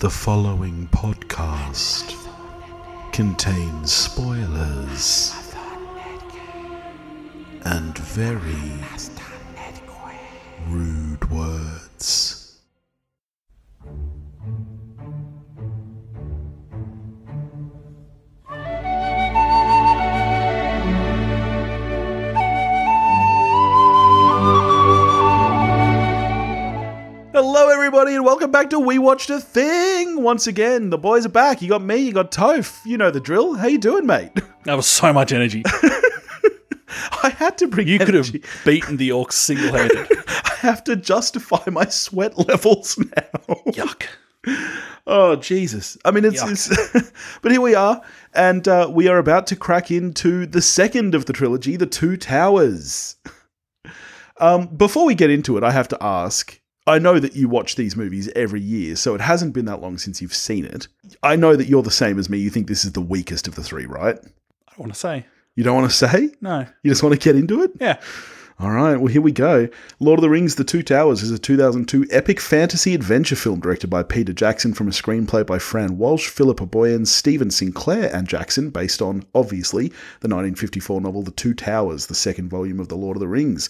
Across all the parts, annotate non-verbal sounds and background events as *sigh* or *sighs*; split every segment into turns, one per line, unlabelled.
The following podcast contains spoilers and very rude words. Hello, everybody, and welcome back to We Watched a Thing. Once again, the boys are back. You got me, you got Toph. You know the drill. How you doing, mate? *laughs*
That was so much *laughs* energy.
I had to bring
You could have
energy.
beaten the orcs single *laughs* handed.
I have to justify my sweat *laughs* levels now.
Yuck.
Oh Jesus! I mean, it's, it's *laughs* but here we are, and uh, we are about to crack into the second of the trilogy, the Two Towers. Um, before we get into it, I have to ask. I know that you watch these movies every year, so it hasn't been that long since you've seen it. I know that you're the same as me. You think this is the weakest of the three, right?
I don't want to say.
You don't want to say.
No.
You just want to get into it.
Yeah.
All right, well, here we go. Lord of the Rings The Two Towers is a 2002 epic fantasy adventure film directed by Peter Jackson from a screenplay by Fran Walsh, Philippa Boyens, Stephen Sinclair, and Jackson, based on, obviously, the 1954 novel The Two Towers, the second volume of The Lord of the Rings.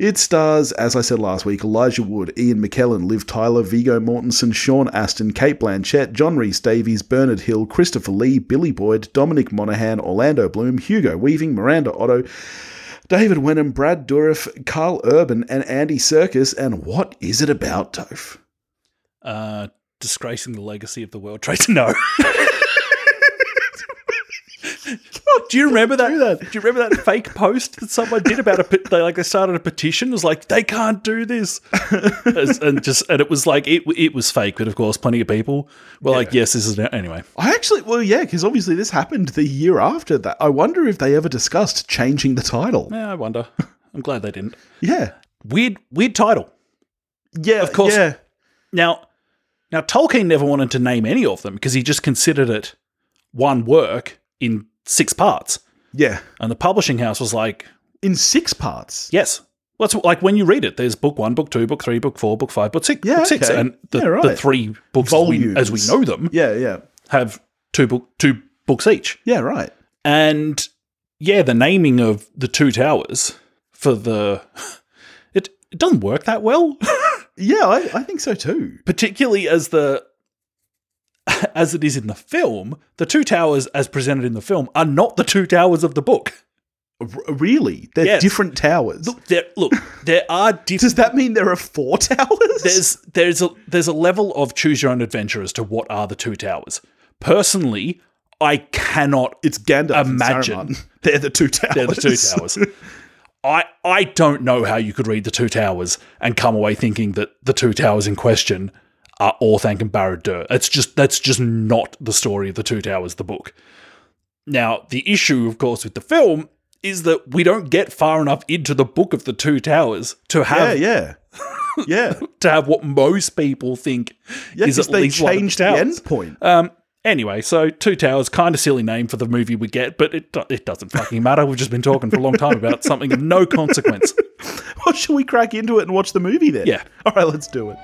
It stars, as I said last week, Elijah Wood, Ian McKellen, Liv Tyler, Vigo Mortensen, Sean Astin, Kate Blanchett, John Rhys Davies, Bernard Hill, Christopher Lee, Billy Boyd, Dominic Monaghan, Orlando Bloom, Hugo Weaving, Miranda Otto, David Wenham, Brad Dourif, Carl Urban, and Andy Serkis. And what is it about, Toph?
Uh, disgracing the legacy of the World *laughs* Trade. No. Do you remember that? Do, you remember that fake post that someone did about a pe- they like they started a petition? It was like they can't do *laughs* this, As- and just and it was like it it was fake, but of course, plenty of people were like, "Yes, this is anyway."
I actually, well, yeah, because obviously this happened the year after that. I wonder if they ever discussed changing the title.
Yeah, I wonder. I'm glad they didn't.
Yeah.
Weird, weird title.
Yeah,
Of course.
Yeah.
Now, now Tolkien never wanted to name any of them because he just considered it one work in six parts,
Yeah.
and the publishing house was like,
In six parts.
"Yes, what's like when you read it? There's book one, book two, book three, book four, book five, book six,
Yeah,
book six,
okay.
and the,
Yeah, right.
the three books as we, as we
Volumes.
know them
Yeah, yeah.
have two book two books each,
Yeah, right.
and yeah, the naming of the two towers for the *laughs* it, it doesn't work that well."
Yeah, I, I think so too.
particularly as the *laughs* as it is in the film, the two towers as presented in the film are not the two towers of the book.
R- really? They're
Yes.
different towers.
There, look, there are different.
Does that mean there are four *laughs* towers?
There's there's a there's a level of choose your own adventure as to what are the two towers. Personally, I cannot.
it's Gandalf.
Imagine.
And Saruman. *laughs* They're the two towers.
They're the two towers. I I don't know how you could read the two towers and come away thinking that the two towers in question are Orthanc and Barad-dur. It's just that's just not the story of the two towers, the book. Now, the issue, of course, with the film is that we don't get far enough into the book of the two towers
*laughs*
to
Yeah,
have
yeah.
*laughs*
Yeah.
to have what most people think
Yeah,
is
'cause
at
they
least one of
changed
the
the
towers.
end point.
Um, anyway, so Two Towers, kind of silly name for the movie we get, but it do- it doesn't fucking matter. We've just been talking for a
*laughs*
long time about something of no consequence.
Well, shall Oh, we crack into it and watch the movie then?
Yeah.
All right, let's do it.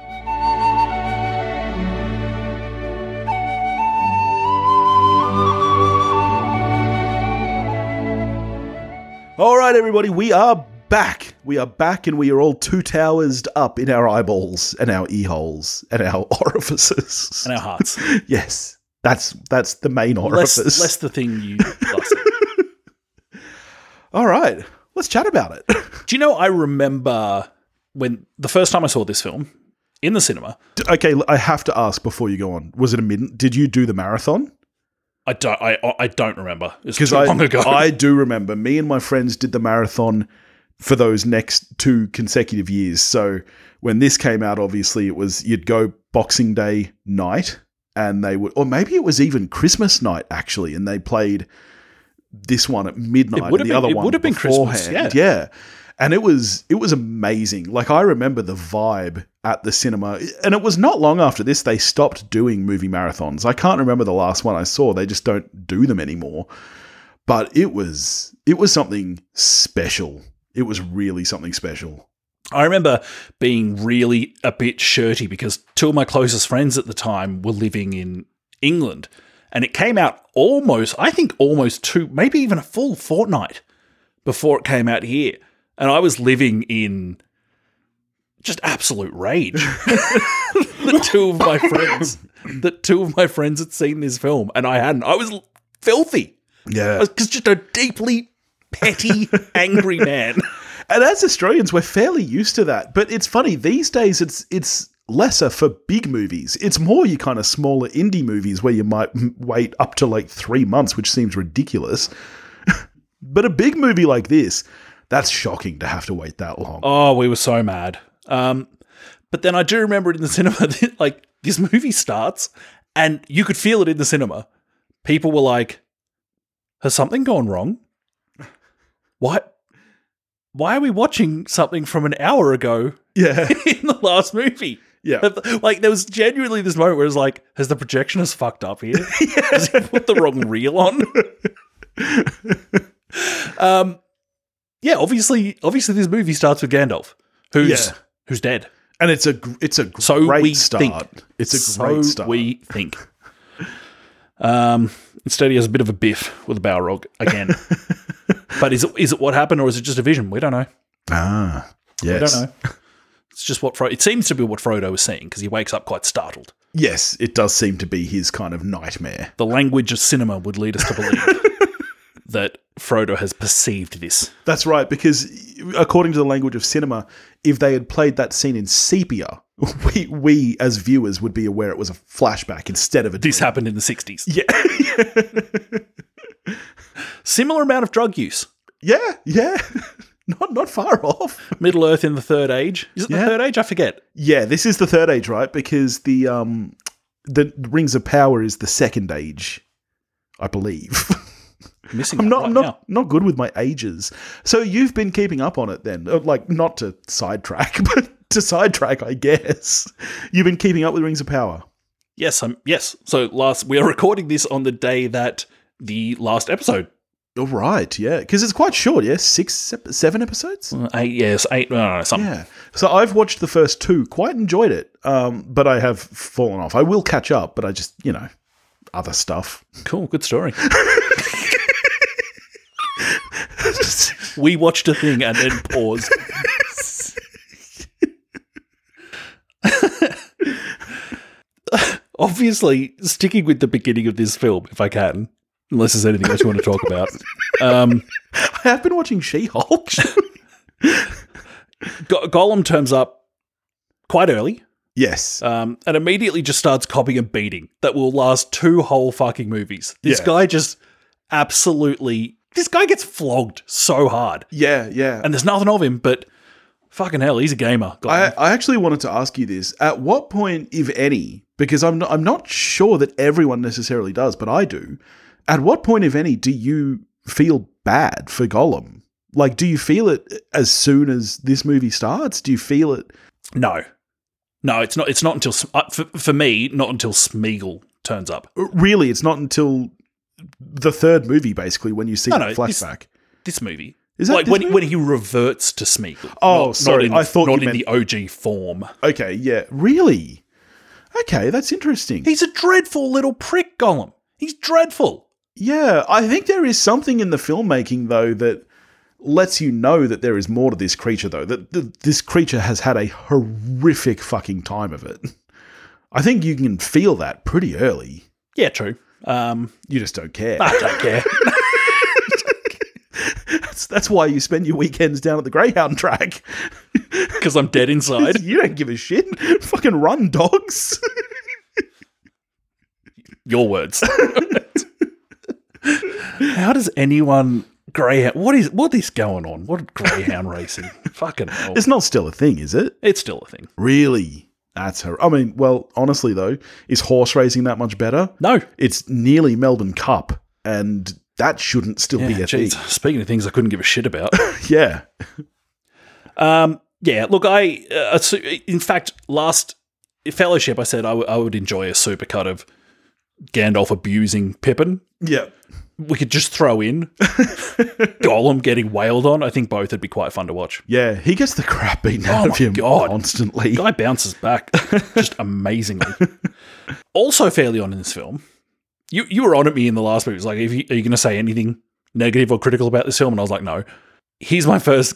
All right, everybody, we are back. We are back and we are all two towers up in our eyeballs and our e holes and our *laughs* orifices.
In our hearts,
yes, that's that's the main
less
orifice.
less the thing you. Lost.
All right, let's chat about it. *laughs*
Do you know? I remember when the first time I saw this film in the cinema.
okay, I have to ask before you go on. Was it a mid? Did you do the marathon?
I don't. I I don't remember. It's
because
too
I,
long ago.
I do remember me and my friends did the marathon for those next two consecutive years. So when this came out, obviously it was you'd go Boxing Day night, and they would, or maybe it was even Christmas night actually, and they played this one at midnight, and the
would've been-
other
it
one
would've been Christmas,
beforehand. yeah. And it was it was amazing. Like I remember the vibe at the cinema, and it was not long after this they stopped doing movie marathons. I can't remember the last one I saw. They just don't do them anymore but it was it was something special. It was really something special.
I remember being really a bit shirty because two of my closest friends at the time were living in England. And it came out almost, I think almost two, maybe even a full fortnight before it came out here. And I was living in just absolute rage. *laughs* that two of my friends, that two of my friends had seen this film and I hadn't. I was filthy. I
Yeah.
was just a deeply petty, angry man.
And as Australians, we're fairly used to that. But it's funny these days. It's it's lesser for big movies. It's more your kind of smaller indie movies where you might m- wait up to like three months, which seems ridiculous. *laughs* but a big movie like this, that's shocking to have to wait that long.
Oh, we were so mad. Um, but then I do remember it in the cinema *laughs* that like this movie starts and you could feel it in the cinema. People were like, Has something gone wrong? Why why are we watching something from an hour ago *laughs*
Yeah,
in the last movie?
yeah.
*laughs* Like there was genuinely this moment where it was like, has the projectionist fucked
*laughs*
up here? Has he put the wrong reel on? um, yeah, obviously, obviously, this movie starts with Gandalf, who's
Yeah.
who's dead.
And it's a gr- it's a gr-
So
great
we
start.
think.
It's a
so
great start.
we think. Um, instead, he has a bit of a biff with a bow rog
*laughs*
again. but is it is it what happened, or is it just a vision? We don't know.
ah, yes,
We
*laughs*
don't know. It's just what Fro- it seems to be what Frodo is seeing because he wakes up quite startled.
yes. It does seem to be his kind of nightmare.
the language of cinema would lead us
*laughs*
to believe that Frodo has perceived this.
That's right, because according to the language of cinema, if they had played that scene in sepia, *laughs* we we as viewers would be aware it was a flashback instead of a
This happened in the 60s.
Yeah, *laughs*
Similar amount of drug use.
yeah, yeah. *laughs* Not not far off.
Middle Earth in the Third Age. Is it
Yeah.
the Third Age? I forget.
Yeah, this is the third age, right? Because the um the Rings of Power is the second age, I believe. *laughs*
I'm missing
I'm
that
not,
right
I'm not,
now.
not good with my ages. So you've been keeping up on it then, Uh, like not to sidetrack, *laughs* but to sidetrack, I guess. You've been keeping up with Rings of Power.
Yes, I'm. Yes. So last we are recording this on the day that the last episode.
All right, yeah, because it's quite short, yeah, six, ep- seven episodes.
Uh, Eight. Yes. Eight. No. No. no, something.
Yeah, so I've watched the first two, quite enjoyed it, um, but I have fallen off. I will catch up, but I just, you know, other stuff. *laughs*
Cool. Good story. we watched a thing and then paused. Obviously, sticking with the beginning of this film, if I can, unless there's anything else you want to talk about. Um,
I have been watching She-Hulk. *laughs*
Go- Gollum turns up quite early
yes,
um, and immediately just starts copying and beating that will last two whole fucking movies. This
Yeah.
guy just absolutely. This guy gets flogged so hard,
yeah, yeah.
and there's nothing of him, but fucking hell, he's a gamer. Gollum.
I, I actually wanted to ask you this. At what point, if any, because I'm not, I'm not sure that everyone necessarily does, but I do. At what point, if any, do you feel bad for Gollum? Like, do you feel it as soon as this movie starts? Do you feel it?
No, no, it's not. It's not until uh, for, for me, not until Smeagol turns up.
Really, it's not until the third movie, basically, when you see
No,
the
no, this-
flashback.
This movie,
Is that
like
this
when
movie?
when he reverts to Smeagol.
Oh,
not,
sorry,
not in,
I thought
not
you
in the OG form.
Okay, yeah, really. Okay, that's interesting.
He's a dreadful little prick, Gollum. He's dreadful.
Yeah, I think there is something in the filmmaking though that lets you know that there is more to this creature though that th- this creature has had a horrific fucking time of it. I think you can feel that pretty early.
Yeah, true. Um,
You just don't
*laughs*
care.
I don't care.
That's, that's why you spend your weekends down at the Greyhound track.
because I'm dead
*laughs*
inside.
You don't give a shit. fucking run, dogs.
*laughs* Your words. How does anyone greyhound? What is what is going on? What greyhound racing? Fucking hell.
it's not still a thing, is it?
It's still a thing.
Really? That's her. I mean, well, honestly though, is horse racing that much better?
No,
it's nearly Melbourne Cup, and that shouldn't still be
Yeah,
a
geez.
thing.
Speaking of things I couldn't give a shit about.
Yeah,
*laughs* um, yeah, look, I uh, assu- in fact last fellowship I said I w- I would enjoy a supercut of Gandalf abusing Pippin.
Yeah.
We could just throw *laughs* in Gollum getting wailed on. I think both would be quite fun to watch.
Yeah, he gets the crap beaten out of
Oh my
him
God.
constantly.
Guy bounces back just amazingly. also, fairly on in this film, you you were on at me in the last movie. It was like, if you, are you going to say anything negative or critical about this film? And I was like, no. Here's my first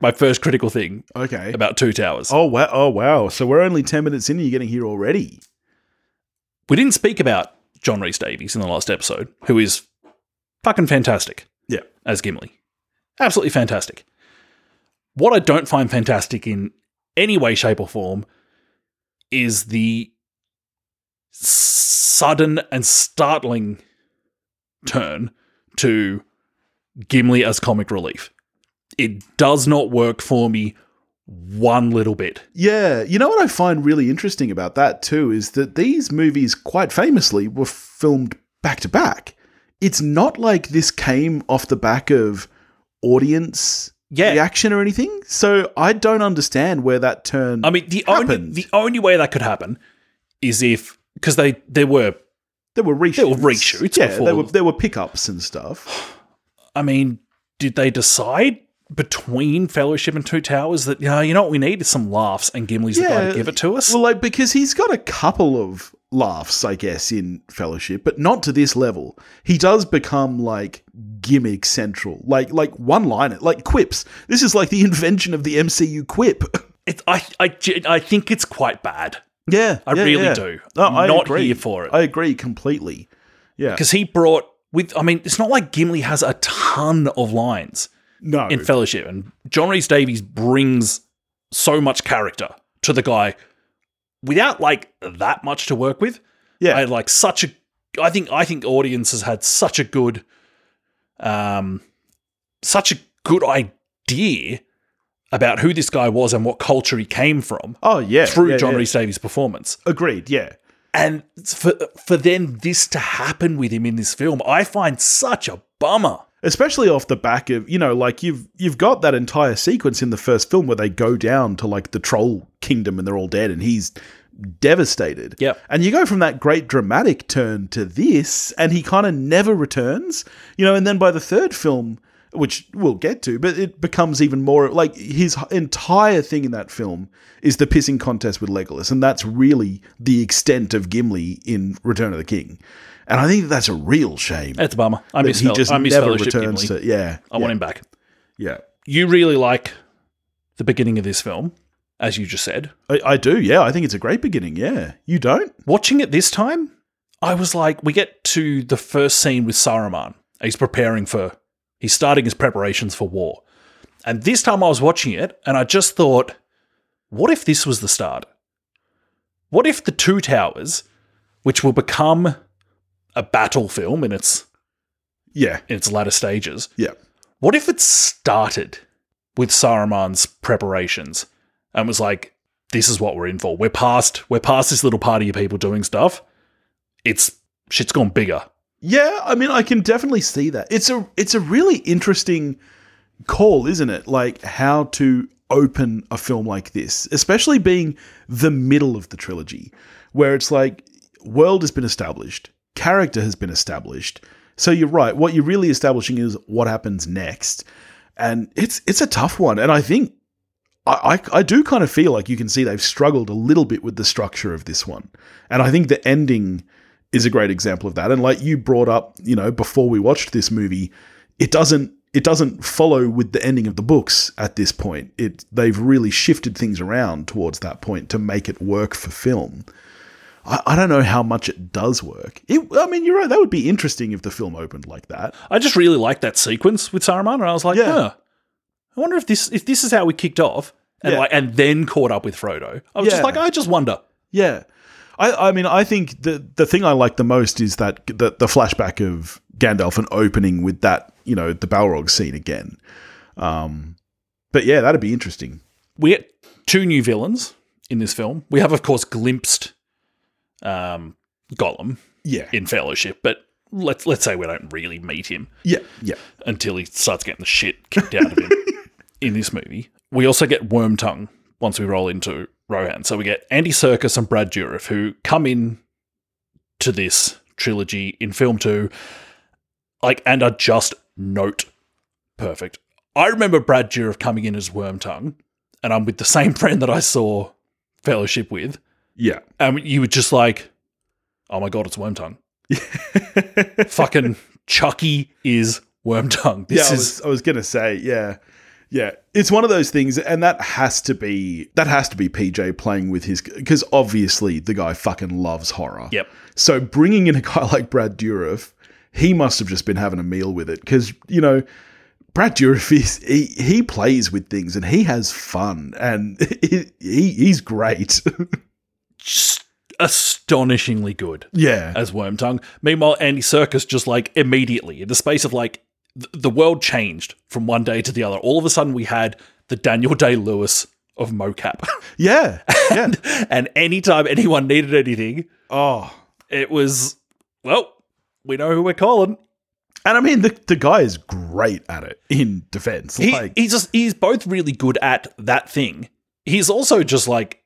my first critical thing
Okay.
about Two Towers.
Oh wow! Oh wow! So we're only ten minutes in, and you're getting here already.
We didn't speak about John Rhys Davies in the last episode, who is fucking fantastic.
Yeah.
As Gimli. Absolutely fantastic. What I don't find fantastic in any way, shape, or form is the sudden and startling turn to Gimli as comic relief. It does not work for me one little bit.
Yeah, you know what I find really interesting about that too is that these movies, quite famously, were filmed back to back. It's not like this came off the back of audience
Yeah.
reaction or anything. So I don't understand where that turn.
I mean, the only
happened.
the only way that could happen is if because they there were.
there were reshoots.
there were reshoots
Yeah,
before-
there were there were pickups and stuff.
I mean, did they decide between Fellowship and Two Towers that you know, you know what we need is some laughs and Gimli's the guy
Yeah,
to give it to us?
Well, like because he's got a couple of laughs, I guess, in Fellowship, but not to this level. He does become like gimmick central, like like one liner, like quips. This is like the *laughs* invention of the MCU quip. *laughs*
it, I, I ge- I think it's quite bad.
yeah,
I
yeah,
really
yeah.
do.
No,
I'm
I
not
agree.
here for it
I agree completely. Yeah,
because he brought with. I mean, it's not like Gimli has a ton of lines
no,
in Fellowship, and John Rhys Davies brings so much character to the guy without like that much to work with. I
yeah,
had like such a I think I think audiences had such a good um such a good idea about who this guy was and what culture he came from
oh yeah,
through
yeah,
John
yeah.
Rhys Davies' performance.
Agreed. Yeah,
And for for then this to happen with him in this film, I find such a bummer.
especially off the back of you know like you've you've got that entire sequence in the first film where they go down to like the troll kingdom and they're all dead and he's devastated
Yep.
and you go from that great dramatic turn to this and he kind of never returns you know and then by the third film which we'll get to but it becomes even more like his entire thing in that film is the pissing contest with Legolas and that's really the extent of Gimli in Return of the King and I think that's a real shame
That's a bummer. I
that
miss
he
Fel-
just
I miss
never
Fellowship
returns
Gimli.
to. Yeah,
I want him back.
yeah.
You really like the beginning of this film, as you just said.
I, I do. Yeah, I think it's a great beginning. Yeah, you don't.
watching it this time, I was like, we get to the first scene with Saruman. He's preparing for, he's starting his preparations for war. And this time I was watching it and I just thought, what if this was the start? What if the Two Towers, which will become a battle film in its
Yeah,
in its latter stages,
yeah,
what if it started with Saruman's preparations and was like, this is what we're in for. We're past we're past this little party of people doing stuff. It's shit's gone bigger.
yeah. I mean, I can definitely see that. It's a it's a really interesting call, isn't it? Like how to open a film like this, especially being the middle of the trilogy, where it's like world has been established, character has been established. So you're right. What you're really establishing is what happens next, and it's it's a tough one. And I think I, I, I do kind of feel like you can see they've struggled a little bit with the structure of this one. And I think the ending is a great example of that. And like you brought up, you know, before we watched this movie, it doesn't it doesn't follow with the ending of the books at this point. It they've really shifted things around towards that point to make it work for film. I, I don't know how much it does work. It, I mean, you're right. That would be interesting if the film opened like that.
I just really liked that sequence with Saruman, and I was like,
Yeah.
huh. I wonder if this if this is how we kicked off and
Yeah.
like and then caught up with Frodo. I was
Yeah.
just like, I just wonder.
Yeah. I, I mean, I think the the thing I like the most is that the, the flashback of Gandalf and opening with that, you know, the Balrog scene again. Um, but yeah, that'd be interesting.
we get two new villains in this film. We have, of course, glimpsed um, Gollum
Yeah.
in Fellowship, but let's let's say we don't really meet him
Yeah. Yeah.
until he starts getting the shit kicked out of him in this movie. We also get Wormtongue once we roll into Rohan. So we get Andy Circus and Brad Dourif who come in to this trilogy in film two, like, and are just note perfect. I remember Brad Dourif coming in as Wormtongue, and I'm with the same *laughs* friend that I saw Fellowship with,
Yeah.
and you were just like, "Oh my god,
*laughs*
it's Wormtongue!" Fucking Chucky is Wormtongue. This
yeah,
is
I was, I was gonna say, yeah, yeah. It's one of those things, and that has to be that has to be PJ playing with his because obviously the guy fucking loves horror.
Yep.
So bringing in a guy *laughs* like Brad Dourif, he must have just been having a meal with it because you know. Brad Dourif is he, he plays with things and he has fun and *laughs* he, he he's great. *laughs*
just astonishingly good.
yeah,
as Wormtongue. Meanwhile, Andy Circus just like immediately in the space of like th- the world changed from one day to the other. All of a sudden, we had the Daniel Day Lewis of mocap, *laughs*
yeah, yeah. *laughs*
and anytime anyone needed anything,
oh,
it was well, we know who we're calling.
and I mean the the guy is great at it in defense.
He,
like,
he's just he's both really good at that thing. He's also just like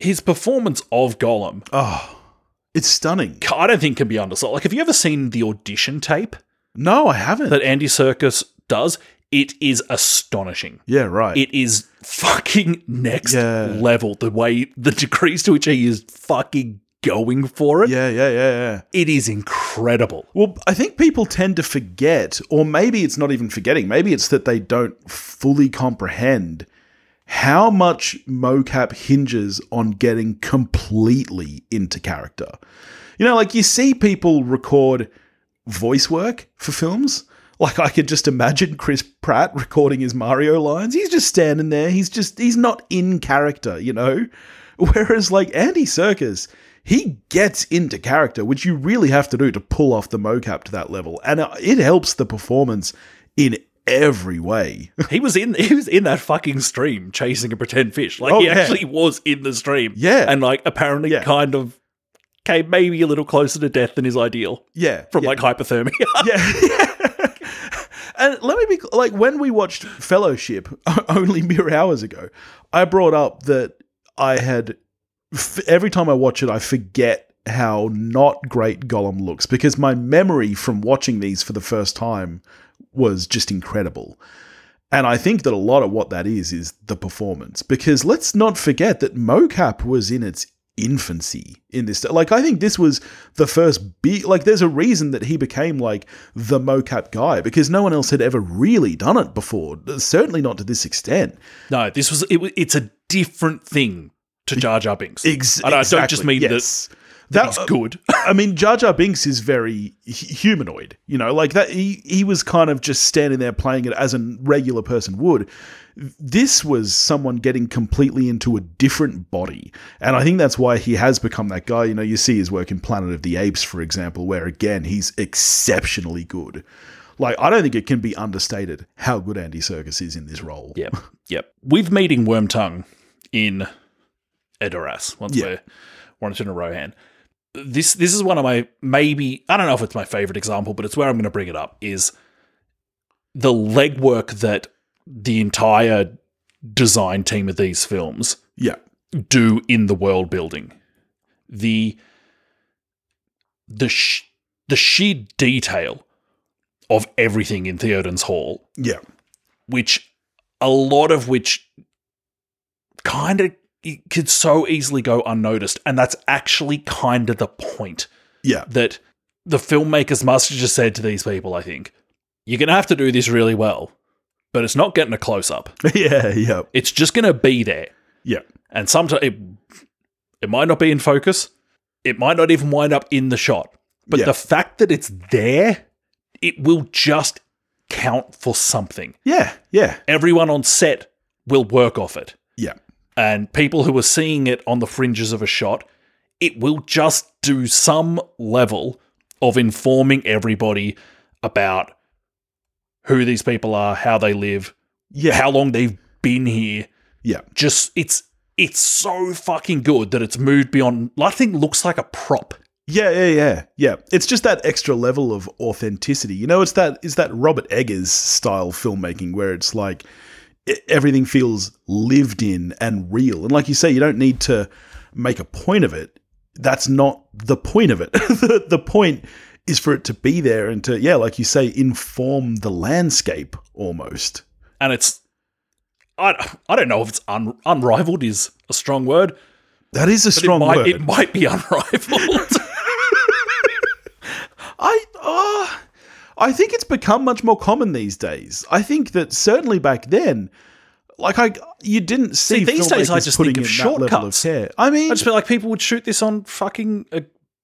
his performance of Golem.
oh, it's stunning.
I don't think can be undersold. Like, have you ever seen the audition tape
No, I haven't.
that Andy Circus does? It is astonishing.
yeah, right.
it is fucking next
Yeah.
level. The way the degrees to which he is fucking going for it,
yeah, yeah, yeah, yeah.
it is incredible.
Well, I think people tend to forget, or maybe it's not even forgetting, maybe it's that they don't fully comprehend how much mocap hinges on getting completely into character. You know, like you see people record voice work for films. Like I could just imagine Chris Pratt recording his Mario lines. He's just standing there. He's just he's not in character, you know? *laughs* Whereas like Andy Circus, he gets into character, which you really have to do to pull off the mocap to that level. And uh, it helps the performance in every way. *laughs*
He was in *laughs* he was in that fucking stream chasing a pretend fish. Like
Oh,
he
yeah.
actually was in the stream.
Yeah.
And like apparently
Yeah.
kind of came maybe a little closer to death than his ideal
yeah.
from
yeah.
like hypothermia. *laughs*
yeah. *laughs* and let me be cl- like when we watched Fellowship *laughs* only mere hours ago, I brought up that I had f- every time I watch it, I forget how not great Gollum looks because my memory from watching these for the first time was just incredible. And I think that a lot of what that is is the performance because let's not forget that mocap was in its infancy in this like I think this was the first big like there's a reason that he became like the mocap guy because no one else had ever really done it before certainly not to this extent
no, this was it, wa- it's a different thing to Jar Jar Binks.
Ex-
And I don't just mean that-
that
It's good.
I mean, Jar Jar Binks is very hu- humanoid, you know, like that. He, he was kind of just standing there playing it as a regular person would. This was someone getting completely into a different body. And I think that's why he has become that guy. You know, you see his work in Planet of the Apes, for example, where again, he's exceptionally good. Like, I don't think it can be understated how good Andy Serkis is in this role.
Yep. Yep. With meeting Wormtongue in Edoras, once
Yeah.
we're once in a Rohan. This this is one of my maybe I don't know if it's my favorite example, but it's where I'm gonna bring it up, is the legwork that the entire design team of these films
Yeah.
do in the world building. The the sh- the sheer detail of everything in Theoden's Hall
Yeah.
which a lot of which kind of could so easily go unnoticed and that's actually kind of the point
Yeah. *laughs*
that the filmmakers must have just said to these people i think you're going to have to do this really well but it's not getting a close up
yeah. Yeah.
it's just going to be there
Yeah.
and sometimes it, it might not be in focus it might not even wind up in the shot but
Yeah.
the fact that it's there it will just count for something
Yeah. Yeah.
everyone on set will work off it.
Yeah.
And people who are seeing it on the fringes of a shot, it will just do some level of informing everybody about who these people are, how they live,
Yeah.
how long they've been here.
Yeah.
Just it's it's so fucking good that it's moved beyond nothing looks like a prop.
Yeah, yeah, yeah, yeah. It's just that extra level of authenticity. You know, it's that it's that Robert Eggers style filmmaking where it's like e- everything feels lived in and real. And like you say, you don't need to make a point of it. that's not the point of it. *laughs* the, the point is for it to be there and to, yeah, like you say, inform the landscape almost.
and it's I, I don't know if it's un, unrivaled is a strong word.
That is a
but
strong
it might,
word.
It might be *laughs* unrivaled.
I uh, I think it's become much more common these days. I think that certainly back then, like I, you didn't see,
See, these days I
filmmakers
just
putting
think of
in that level
shortcuts.
care. I mean,
I just feel like people would shoot this on fucking a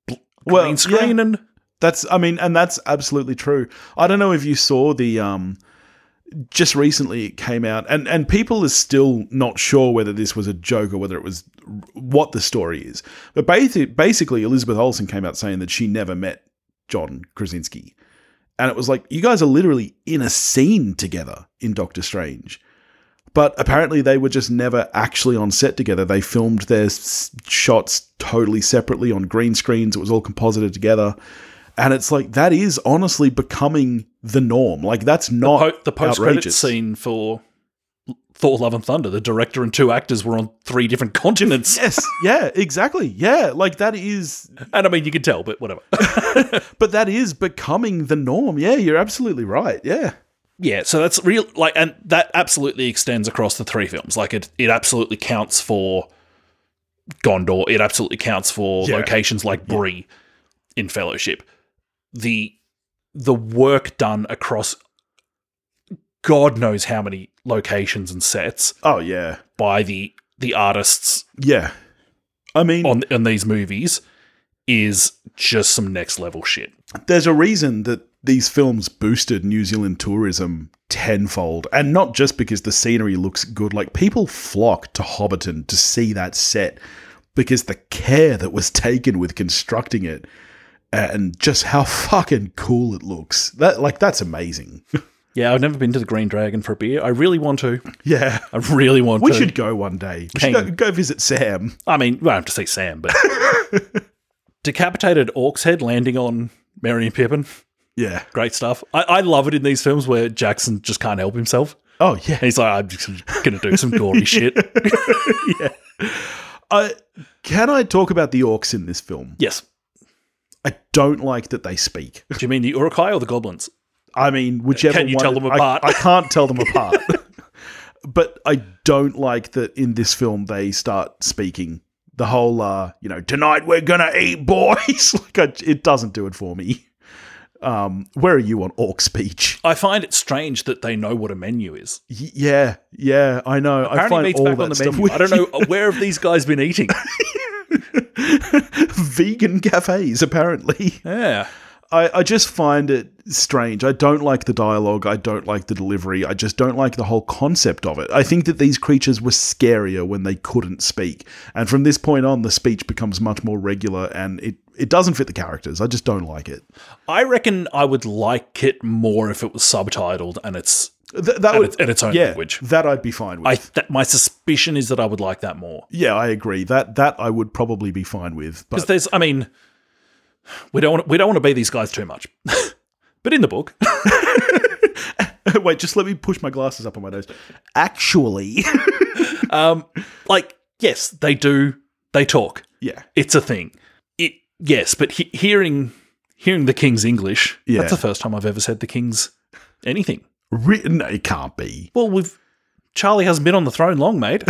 bl-
Well,
green screen and
That's I mean, and that's absolutely true. I don't know if you saw the um just recently it came out and and people are still not sure whether this was a joke or whether it was what the story is. But basi- basically Elizabeth Olsen came out saying that she never met John Krasinski. And it was like you guys are literally in a scene together in Doctor Strange. But apparently they were just never actually on set together. They filmed their s- shots totally separately on green screens. It was all composited together. And it's like that is honestly becoming the norm. Like that's not
po- the post credit
outrageous.
scene for Thor: Love and Thunder. The director and two actors were on three different *laughs* continents,
Yes, yeah, exactly. Yeah, like that is
and I mean you can tell, but whatever.
but that is becoming the norm. Yeah, you're absolutely right. Yeah.
*laughs* yeah, so that's real. Like, and that absolutely extends across the three films. Like, it it absolutely counts for Gondor. It absolutely counts for
Yeah.
locations like Bree in Fellowship. The the work done across God knows how many locations and sets
Oh yeah.
by the the artists
Yeah. I mean
on on these movies is just some next level shit.
there's a reason that these films boosted New Zealand tourism tenfold. And not just because the scenery looks good, like people flock to Hobbiton to see that set because the care that was *laughs* taken with constructing it and just how fucking cool it looks. That like that's amazing. *laughs*
Yeah, I've never been to the Green Dragon for a beer. I really want to.
Yeah.
I really want
We
to.
should go one day. We should
Hang
go,
on.
go visit Sam.
I mean, well, I have to say Sam, *laughs* but decapitated orc's head landing on Mary and Pippin.
Yeah.
Great stuff. I, I love it in these films where Jackson just can't help himself.
*laughs* Oh yeah.
He's like, I'm just gonna do some *laughs* gory shit.
I can I talk about the orcs in this film?
Yes.
I don't like that they speak.
Do you mean the Urukai or the goblins?
I mean, whichever.
Can you
one-
tell them
I-
apart?
I, can't tell them
*laughs*
apart. but I don't like that in this film they start speaking the whole, uh, you know, tonight we're gonna eat boys. *laughs* like I, it doesn't do it for me. Um, where are you on orc speech?
I find it strange that they know what a menu is.
Y- yeah, yeah, I know. I
Apparently,
find
meat's
all
back
that
on the
stuff
menu. I don't *laughs* know where have these guys been eating.
*laughs* vegan cafes apparently.
Yeah.
I, I just find it strange. I don't like the dialogue. I don't like the delivery. I just don't like the whole concept of it. I think that these creatures were scarier when they couldn't speak. And from this point on, the speech becomes much more regular and it, it doesn't fit the characters. I just don't like it.
I reckon I would like it more if it was subtitled and it's
Th- that
and
would,
it's, and its own
yeah,
language.
that I'd be fine with.
I that my suspicion is that I would like that more
yeah, I agree. That that I would probably be fine with.
because
But
there's I mean we don't want, we don't want to be these guys too much. *laughs* but in the book,
*laughs*
*laughs*
wait, just let me push my glasses up on my nose. Actually, *laughs*
um like yes, they do they talk.
yeah,
It's a thing. It yes, but he, hearing hearing the king's English,
Yeah.
that's the first time I've ever said the king's anything.
Re- no, it can't be.
Well, we've Charlie hasn't been on the throne long, mate.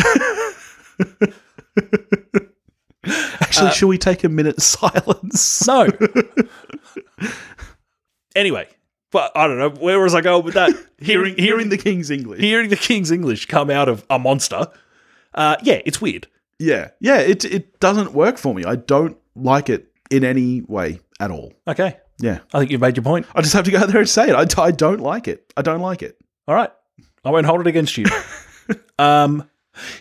Actually,
Uh,
shall we take a minute's *laughs* silence?
No. anyway, but I don't know where was I going with that. *laughs* hearing hearing the
king's English.
hearing the king's English come out of a monster. Uh, yeah, it's weird.
Yeah, yeah, it it doesn't work for me. I don't like it in any way at all.
Okay,
Yeah,
I think you've made your point.
I just have to go out there and say it. I, I don't like it. I don't like it.
All right, I won't hold it against *laughs* you. um,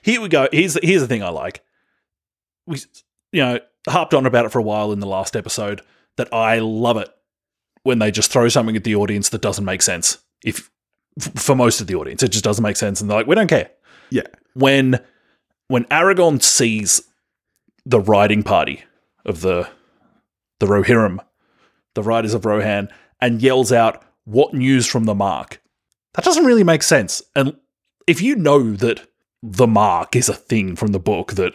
here we go. Here's the, here's the thing I like. We you know harped on about it for a while in the last episode that I love it when they just throw something at the audience that doesn't make sense. If f- for most of the audience, it just doesn't make sense, and they're like, we don't care.
Yeah,
when when Aragon sees the riding party of the the Rohirrim, the riders of Rohan, and yells out, "What news from the Mark?" That doesn't really make sense. And if you know that the Mark is a thing from the book that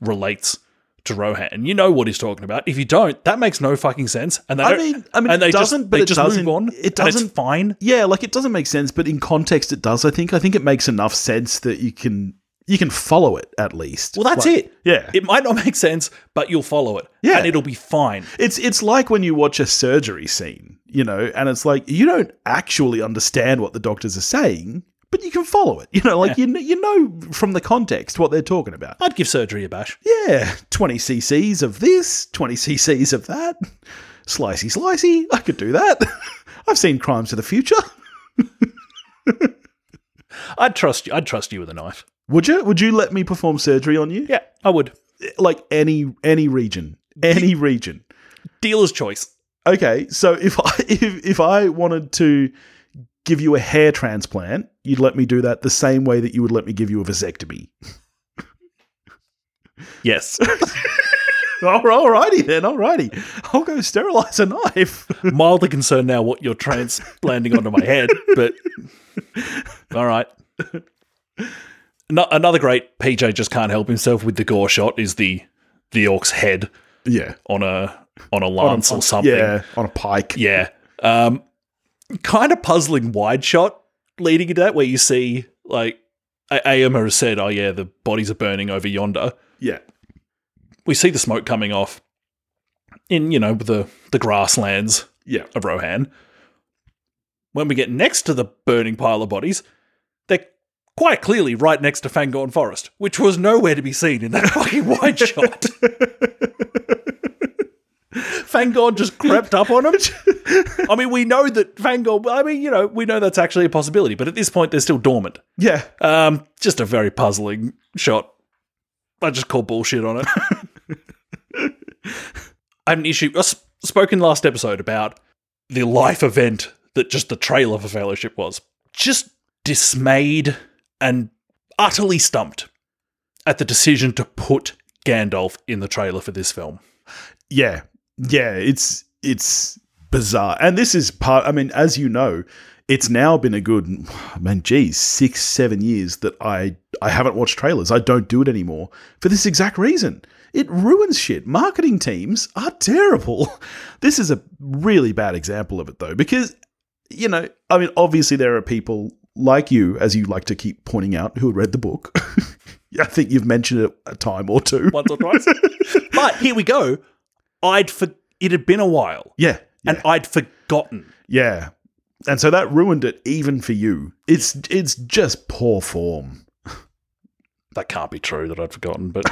relates to Rohan. You know what he's talking about. If you don't, that makes no fucking sense. And they
I
don't-
mean- I mean,
and
it
they
doesn't,
just,
but
they
it
just
doesn't-
move on.
it
And
doesn't-
it's fine.
Yeah, like it doesn't make sense, but in context it does. I think I think it makes enough sense that you can you can follow it at least.
Well, that's
Like-
it.
Yeah.
It might not *laughs* make sense, but you'll follow it.
Yeah.
and it'll be fine.
It's it's like when you watch a surgery scene, you know, and it's like you don't actually understand what the doctors are saying, but you can follow it. *laughs* You know, like you you you know from the context what they're talking about.
I'd give surgery a bash.
Yeah, 20 cc's of this, 20 cc's of that. Slicey slicey, I could do that. *laughs* I've seen Crimes of the Future.
I'd trust you. I'd trust you with a knife.
Would you would you let me perform surgery on you?
Yeah, I would.
Like any any region, any region.
Dealer's choice.
Okay, so if I *laughs* if, if I wanted to give you a hair transplant, you'd let me do that the same way that you would let me give you a vasectomy. *laughs*
Yes.
All- Alrighty then, alrighty. I'll go sterilize a knife. *laughs*
*laughs* Mildly concerned now what you're transplanting onto my head, *laughs* but all right. No, another great PJ just can't help himself with the gore shot is the the orc's head
Yeah.
on a on a lance or something.
Yeah, on a pike.
Yeah. Um, kind of puzzling wide shot leading into that, where you see, like, A- Aomer has said, oh, yeah, the bodies are burning over yonder.
Yeah.
We see the smoke coming off in, you know, the, the grasslands
Yeah.
of Rohan. When we get next to the burning pile of bodies, they're quite clearly right next to Fangorn Forest, which was nowhere to be seen in that *laughs* fucking wide shot. Fangorn just crept up on him. I mean, we know that Fangorn, I mean, you know, we know that's actually a possibility, but at this point, they're still dormant.
Yeah.
Um, just a very puzzling shot. I just call bullshit on it. *laughs* I have an issue. I s- spoke in last episode about the life event that just the trailer for Fellowship was. Just dismayed and utterly stumped at the decision to put Gandalf in the trailer for this film.
yeah yeah it's it's bizarre and this is part i mean as you know it's now been a good *sighs* man geez six seven years that i i haven't watched trailers i don't do it anymore for this exact reason it ruins shit marketing teams are terrible *laughs* this is a really bad example of it though because you know i mean obviously there are people like you as you like to keep pointing out who read the book *laughs* i think you've mentioned it a time or two
Once or twice. but here we go. I'd for- it had been a while
yeah, yeah.
and I'd forgotten.
Yeah. And so that ruined it even for you. It's it's just poor form. *laughs*
That can't be true that I'd forgotten, but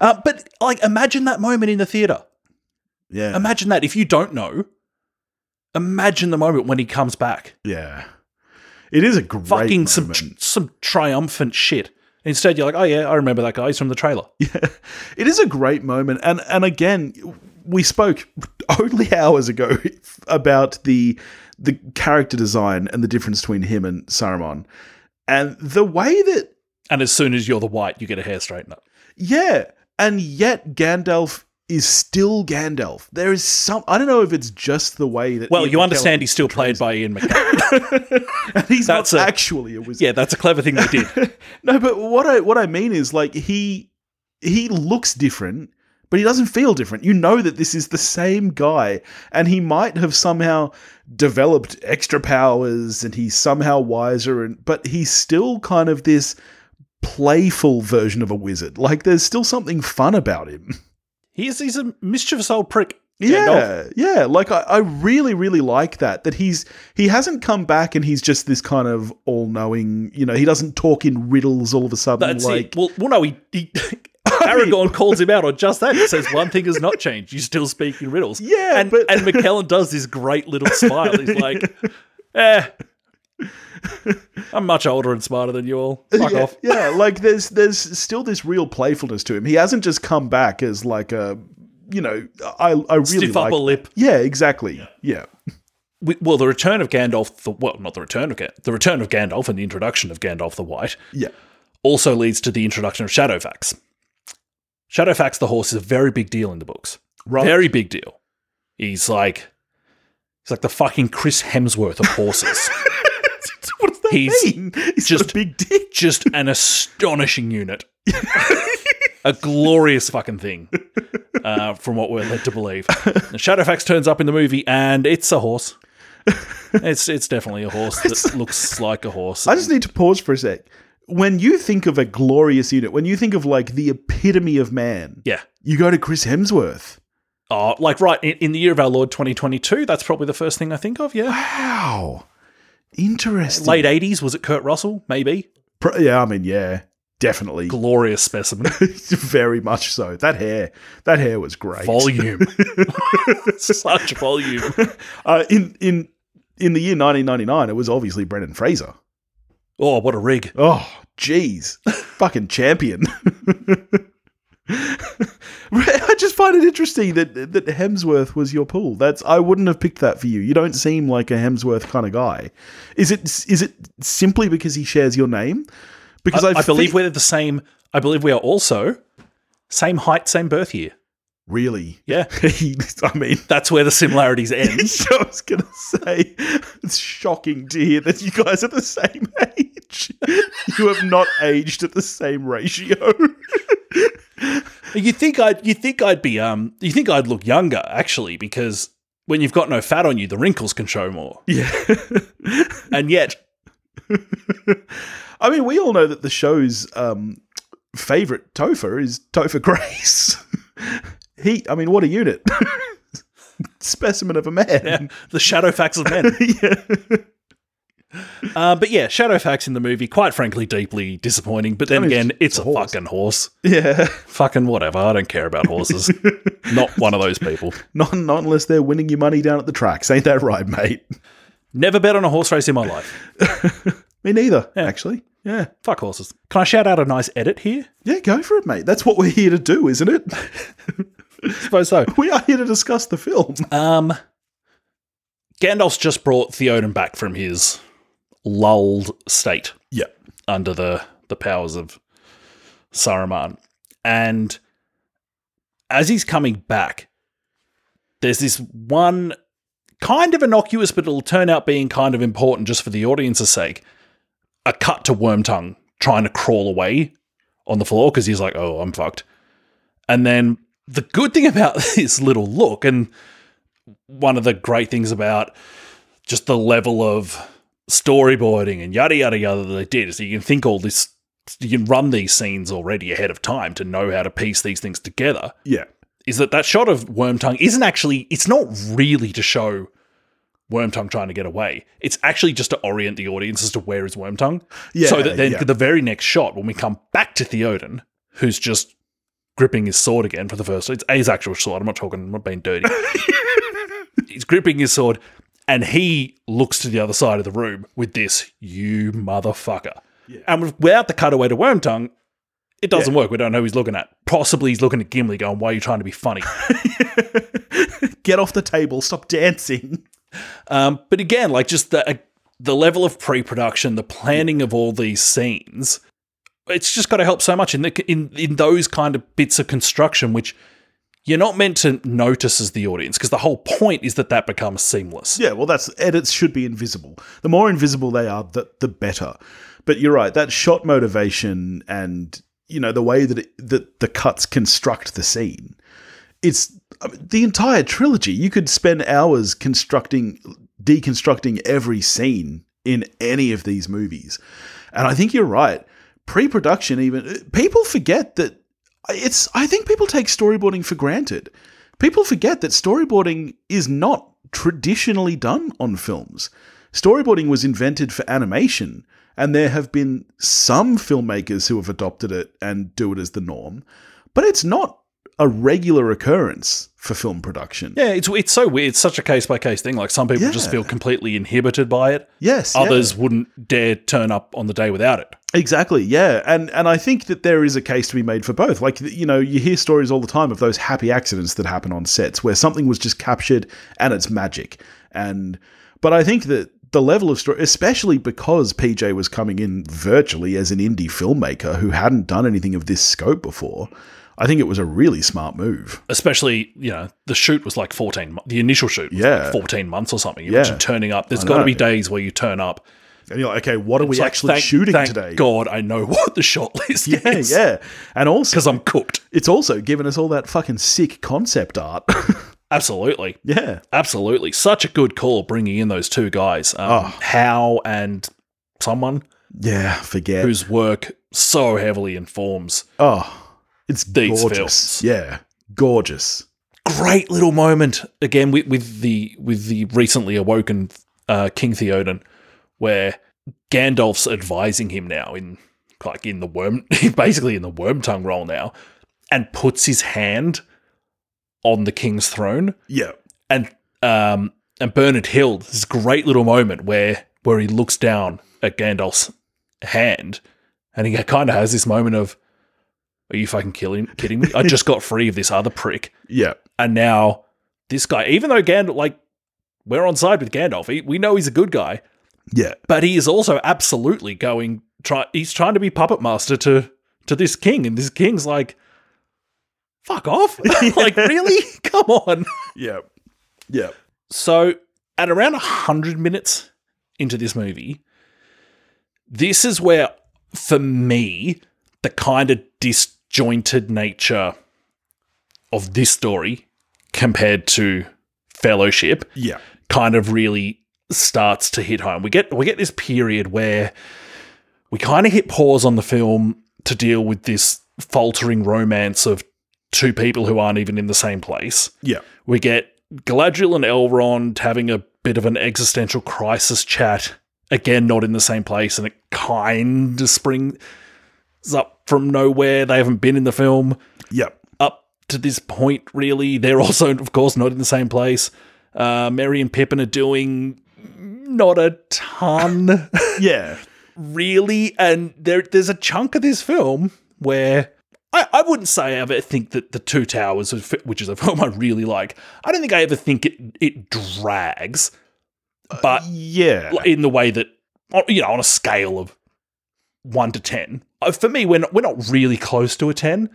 Uh, but like, imagine that moment in the theater.
Yeah.
Imagine that. If you don't know, imagine the moment when he comes back.
yeah. It is a great
Fucking
moment.
some
*laughs*
some triumphant shit. Instead, you're like, oh yeah, I remember that guy. He's from the trailer.
It is a great moment, and and again, we spoke *laughs* only hours ago *laughs* about the the character design and the difference between him and Saruman, and the way that
And as soon as you're the white, you get a hair straightener.
Yeah, and yet Gandalf is still Gandalf. There is some. I don't know if it's just the way that.
Well,
Ian
you
McKellen-
understand he's still played by Ian McKellen.
And he's
that's
not
a-
actually a wizard.
yeah, that's a clever thing they did.
*laughs* No, but what I what I mean is like he he looks different, but he doesn't feel different. You know that this is the same guy, and he might have somehow developed extra powers, and he's somehow wiser, and but he's still kind of this playful version of a wizard. Like there's still something fun about him.
He's he's a mischievous old prick. Gandalf.
Yeah, yeah. Like I, I really, really like that. That he's he hasn't come back and he's just this kind of all knowing. You know, he doesn't talk in riddles all of a sudden.
That's
like
it. Well, well, no, he.
*laughs*
he Aragorn calls him out on just that. He says one thing has not changed. You still speak in riddles.
Yeah,
and
but-
and McKellen does this great little smile. He's
*laughs*
like, eh, I'm much older and smarter than you all. Fuck
yeah,
off.
yeah, like there's there's still this real playfulness to him. He hasn't just come back as like a you know I I really
Stiff
like
upper lip.
yeah exactly yeah
We- Well, the return of Gandalf. The, well, not the return of Gandalf. The return of Gandalf and the introduction of Gandalf the White
yeah
also leads to the introduction of Shadowfax. Shadowfax the horse is a very big deal in the books.
right
Very big deal.
*laughs*
He's like, he's like the fucking Chris Hemsworth of horses.
*laughs* what's that do you
He's
mean? *laughs* He's just
just-
a big dick.
just an astonishing unit. a glorious fucking thing, uh, from what we're led to believe. Shadowfax turns up in the movie, and it's a horse. It's it's definitely a horse that looks like a horse.
I just need to pause for a sec. When you think of a glorious unit, when you think of like the epitome of man,
yeah.
you go to Chris Hemsworth.
Oh, like right in, in the year of our Lord 2022, that's probably the first thing I think of. Yeah,
Wow. Interesting.
late 80s was it Kurt Russell? Maybe
Pro- yeah, I mean, yeah, definitely.
glorious specimen
*laughs* Very much so. That hair, that hair was great.
*laughs* volume, such volume.
Uh, in in in the year 1999, it was obviously Brendan Fraser.
Oh, what a rig!
Oh, jeez, *laughs* fucking champion. *laughs* I just find it interesting that that Hemsworth was your pool. That's I wouldn't have picked that for you. You don't seem like a Hemsworth kind of guy. Is it is it simply because he shares your name? Because I,
I, I believe
thi-
we're the same. I believe we are also same height, same birth year.
really.
Yeah,
*laughs* He- I mean,
that's where the similarities end.
I was gonna say it's shocking to hear that you guys are the same *laughs* age. You have not aged at the same ratio.
*laughs*
*laughs*
you think I'd you think I'd be um you think I'd look younger actually because when you've got no fat on you, the wrinkles can show more.
Yeah.
And yet, *laughs*
I mean, we all know that the show's um, favorite Topher is Topher Grace. *laughs* he, I mean, what a unit. *laughs* Specimen of a man.
the shadow facts of *laughs* men.
Yeah.
Uh, but yeah, Shadowfax in the movie, quite frankly, deeply disappointing. But then
I mean,
again, it's, a,
horse.
fucking horse.
*laughs* yeah.
Fucking whatever. I don't care about *laughs* horses. Not one of those people.
Not, not unless they're winning you money down at the tracks. Ain't that right, mate?
Never bet on a horse race in my life.
Me neither, actually. Yeah.
Fuck horses. Can I shout out a nice edit here?
Yeah, go for it, mate. That's what we're here to do, isn't it?
suppose so.
*laughs* We are here to discuss the film.
Um, Gandalf's just brought Theoden back from his lulled state
Yeah.
under the the powers of Saruman, and as he's coming back, there's this one kind of innocuous, but it'll turn out being kind of important just for the audience's sake. A cut to Wormtongue trying to crawl away on the floor because he's like, "Oh, I'm fucked," and then. The good thing *laughs* about this little look, and one of the great things about just the level of storyboarding and yada yada yada that they did is that you can think all this you can run these scenes already ahead of time to know how to piece these things together
Yeah.
is that that shot of wormtongue isn't actually it's not really to show wormtongue trying to get away it's actually just to orient the audience as to where is wormtongue
Yeah.
so that then
yeah.
the very next shot when we come back to theoden who's just gripping his sword again for the first it's his actual sword i'm not talking i'm not
*laughs*
being dirty he's gripping his sword and he looks to the other side of the room with this you motherfucker
Yeah.
and without the cutaway to wormtongue it doesn't work we don't know who he's looking at possibly he's looking at gimli going why are you trying to be funny
Get off the table. Stop dancing. *laughs*
um, but again like just the, uh, the level of pre-production the planning of all these scenes it's just got to help so much in, the, in in those kind of bits of construction which you're not meant to notice as the audience because the whole point is that that becomes seamless
Yeah, well, that's edits should be invisible. The more invisible they are, the, the better. But you're right. That shot motivation and you know the way that it, that the cuts construct the scene. It's I mean, the entire trilogy. You could spend hours constructing, deconstructing every scene in any of these movies. And I think you're right. Pre-production, even people forget that it's. I think people take storyboarding for granted. People forget that storyboarding is not traditionally done on films. Storyboarding was invented for animation, and there have been some filmmakers who have adopted it and do it as the norm, but it's not a regular occurrence for film production.
Yeah, it's it's so weird. It's such a case by case thing. Like some people just
Yeah.
feel completely inhibited by it.
Yes, yeah.
Others wouldn't dare turn up on the day without it.
Exactly. Yeah, and and I think that there is a case to be made for both. Like you know, you hear stories all the time of those happy accidents that happen on sets where something was just captured and it's magic. And but I think that the level of story, especially because PJ was coming in virtually as an indie filmmaker who hadn't done anything of this scope before, I think it was a really smart move.
Especially, you know, the shoot was like fourteen. mo- The initial shoot, was
Yeah.
like fourteen months or something. You
Yeah.
mentioned turning up. There's got to
know.
be days where you turn up
And you're like, okay, what are we
It's like,
actually
thank-
shooting
thank
today?
God, I know *laughs* what the shot
*laughs*
list
Yeah,
is.
yeah. And also,
Because I'm cooked.
it's also given us all that fucking sick concept art. *laughs*
Absolutely.
yeah.
Absolutely. Such a good call bringing in those two guys. Um,
Oh.
Howe and someone
Yeah, forget.
whose work so heavily informs
oh, it's
These
gorgeous.
films.
Yeah, gorgeous.
great little moment again with, with the with the recently awoken uh, King Theoden, where Gandalf's advising him now in like in the worm, *laughs* basically in the worm tongue role now, and puts his hand on the king's throne,
Yeah.
and um and Bernard Hill this great little moment where where he looks down at Gandalf's hand, and he kind of has this moment of, "Are you fucking killing kidding me? I just got free of this other prick."
Yeah.
and now this guy, even though Gandalf, like, we're on side with Gandalf, he, we know he's a good guy,
Yeah.
but he is also absolutely going try. He's trying to be puppet master to to this king, and this king's like, "Fuck off!" *laughs* like, really? Come on.
Yeah. Yeah.
So, at around 100 minutes into this movie, this is where, for me, the kind of disjointed nature of this story compared to Fellowship
Yeah.
kind of really starts to hit home. We get we get this period where we kind of hit pause on the film to deal with this faltering romance of two people who aren't even in the same place.
Yeah.
We get Galadriel and Elrond having a bit of an existential crisis chat. Again, not in the same place, and it kind of springs up from nowhere. They haven't been in the film
Yeah.
up to this point, really. They're *laughs* also, of course, not in the same place. Uh, Mary and Pippin are doing not a ton,
Yeah.
really. And there, there's a chunk of this film where I, I wouldn't say I ever think that The Two Towers, was- which is a *laughs* film I really like, I don't think I ever think it, it drags, but
Uh, Yeah.
in the way that, you know, on a scale of one to 10. Uh, For me, we're not, we're not really close to a 10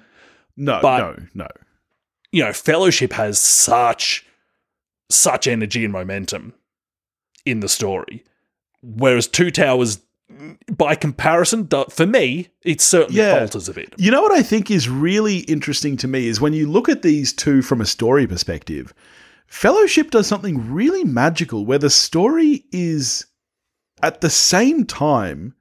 no,
but-
no, no.
you know, Fellowship has such such energy and momentum in the story, whereas Two Towers, by comparison, do- for me, it certainly
Yeah.
falters a bit.
You know what I think is really interesting to me is when you look at these two from a story perspective, Fellowship does something really magical where the story is at the same time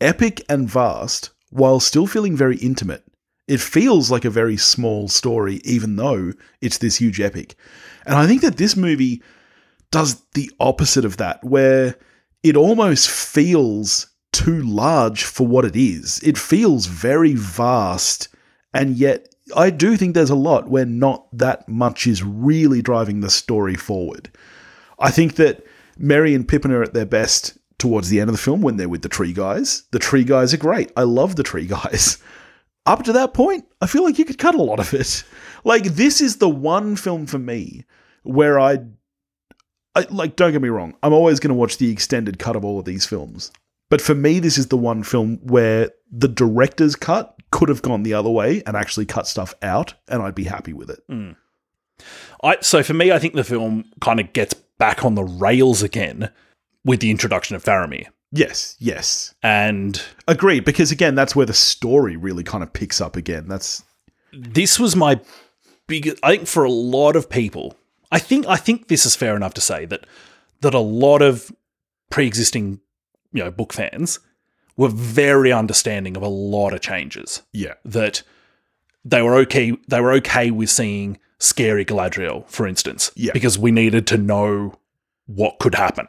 epic and vast while still feeling very intimate. It feels like a very small story, even though it's this huge epic. And I think that this movie does the opposite of that, where it almost feels too large for what it is. It feels very vast, and yet I do think there's a lot where not that much is really driving the story forward. I think that Merry and Pippin are at their best towards the end of the film when they're with the tree guys. The tree guys are great. I love the tree *laughs* guys. Up to that point, I feel like you could cut a lot of it. Like this is the one film for me where I I, like, don't get me wrong, I'm always going to watch the extended cut of all of these films. But for me, this is the one film where the director's cut could have gone the other way and actually cut stuff out, and I'd be happy with it.
I, so for me, I think the film kind of gets back on the rails again with the introduction of Faramir,
Yes, yes.
and
Agreed, because again, that's where the story really kind of picks up again. That's,
this was my biggest i think for a lot of people i think i think this is fair enough to say that that a lot of pre-existing you know book fans were very understanding of a lot of changes
yeah,
that they were okay they were okay with seeing scary Galadriel, for instance.
Yeah.
Because we needed to know what could happen.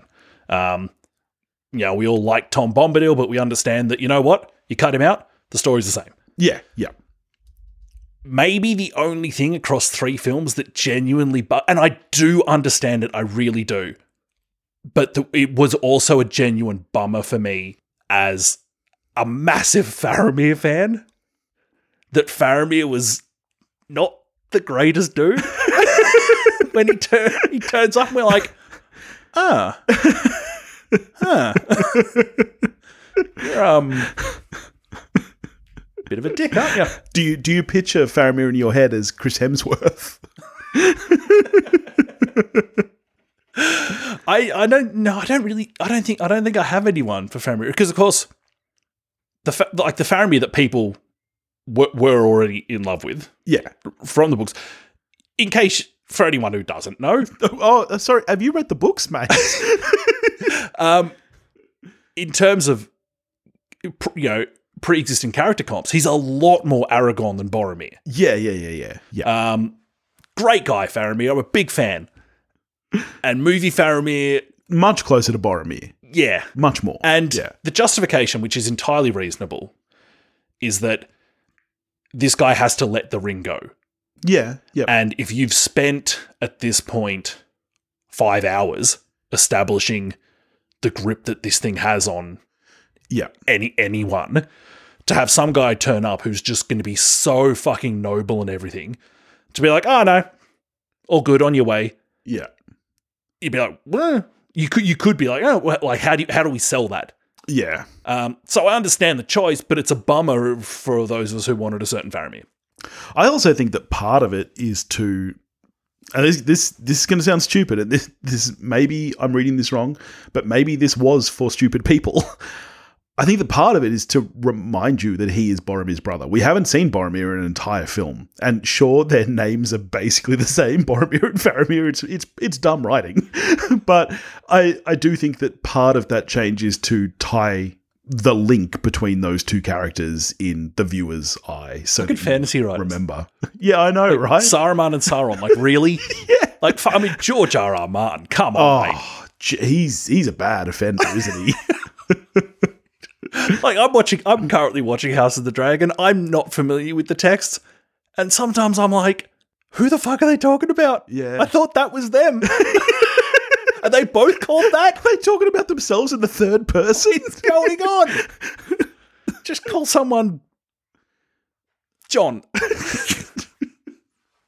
Um you know, we all like Tom Bombadil, but we understand that you know what? You cut him out, the story's the same
yeah, yeah,
maybe the only thing across three films that genuinely but and I do understand it, I really do. But the, it was also a genuine bummer for me as a massive *laughs* Faramir fan that Faramir was not the greatest dude. *laughs* when he turn, he turns up and we're like, ah. Huh. *laughs* You're um bit of a dick, aren't you?
Do you do you picture Faramir in your head as Chris Hemsworth?
I, I don't know. I don't really. I don't think. I don't think I have anyone for Faramir because, of course, the fa- like the Faramir that people were, were already in love with
*laughs* Yeah.
from the books. In case for anyone who doesn't know,
Oh, uh, sorry. Have you read the books, mate?
um, in terms of pr- you know pre-existing character comps, he's a lot more Aragon than Boromir.
yeah, yeah, yeah, yeah, yeah.
Um, great guy, Faramir. I'm a big fan. And movie Faramir,
much closer to Boromir.
yeah,
Much more.
And
Yeah.
the justification, which is entirely reasonable, is that this guy has to let the ring go.
yeah, yeah.
And if you've spent at this point five hours establishing the grip that this thing has on
Yeah.
any anyone, to have some guy turn up who's just going to be so fucking noble and everything, to be like, oh no, all good on your way.
yeah.
You'd be like, well, you could you could be like, oh, well, like how do you, how do we sell that?
Yeah.
Um, so I understand the choice, but it's a bummer for those of us who wanted a certain Faramir.
I also think that part of it is to. And this this, this is going to sound stupid, and this this maybe I'm reading this wrong, but maybe this was for stupid people. *laughs* I think that part of it is to remind you that he is Boromir's brother. We haven't seen Boromir in an entire film, and sure, their names are basically the same, *laughs* Boromir and Faramir. It's it's it's dumb writing, *laughs* but I I do think that part of that change is to tie the link between those two characters in the viewer's eye. So
Good
that you-
fantasy writers.
remember. *laughs* Yeah, I know, right?
Saruman and
*laughs*
Sauron, like really? yeah. Like fu- I mean, George R. R. Martin, come on, mate.
oh, j- he's he's a bad offender, isn't *laughs* he?
Like I'm watching, I'm currently watching House of the Dragon. I'm not familiar with the text, and sometimes I'm like, who the fuck are they talking about?
Yeah.
I thought that was
*laughs*
them. *laughs* are they both called that?
Are they talking about themselves in the third person?
Going on. Just call someone
*laughs*
John.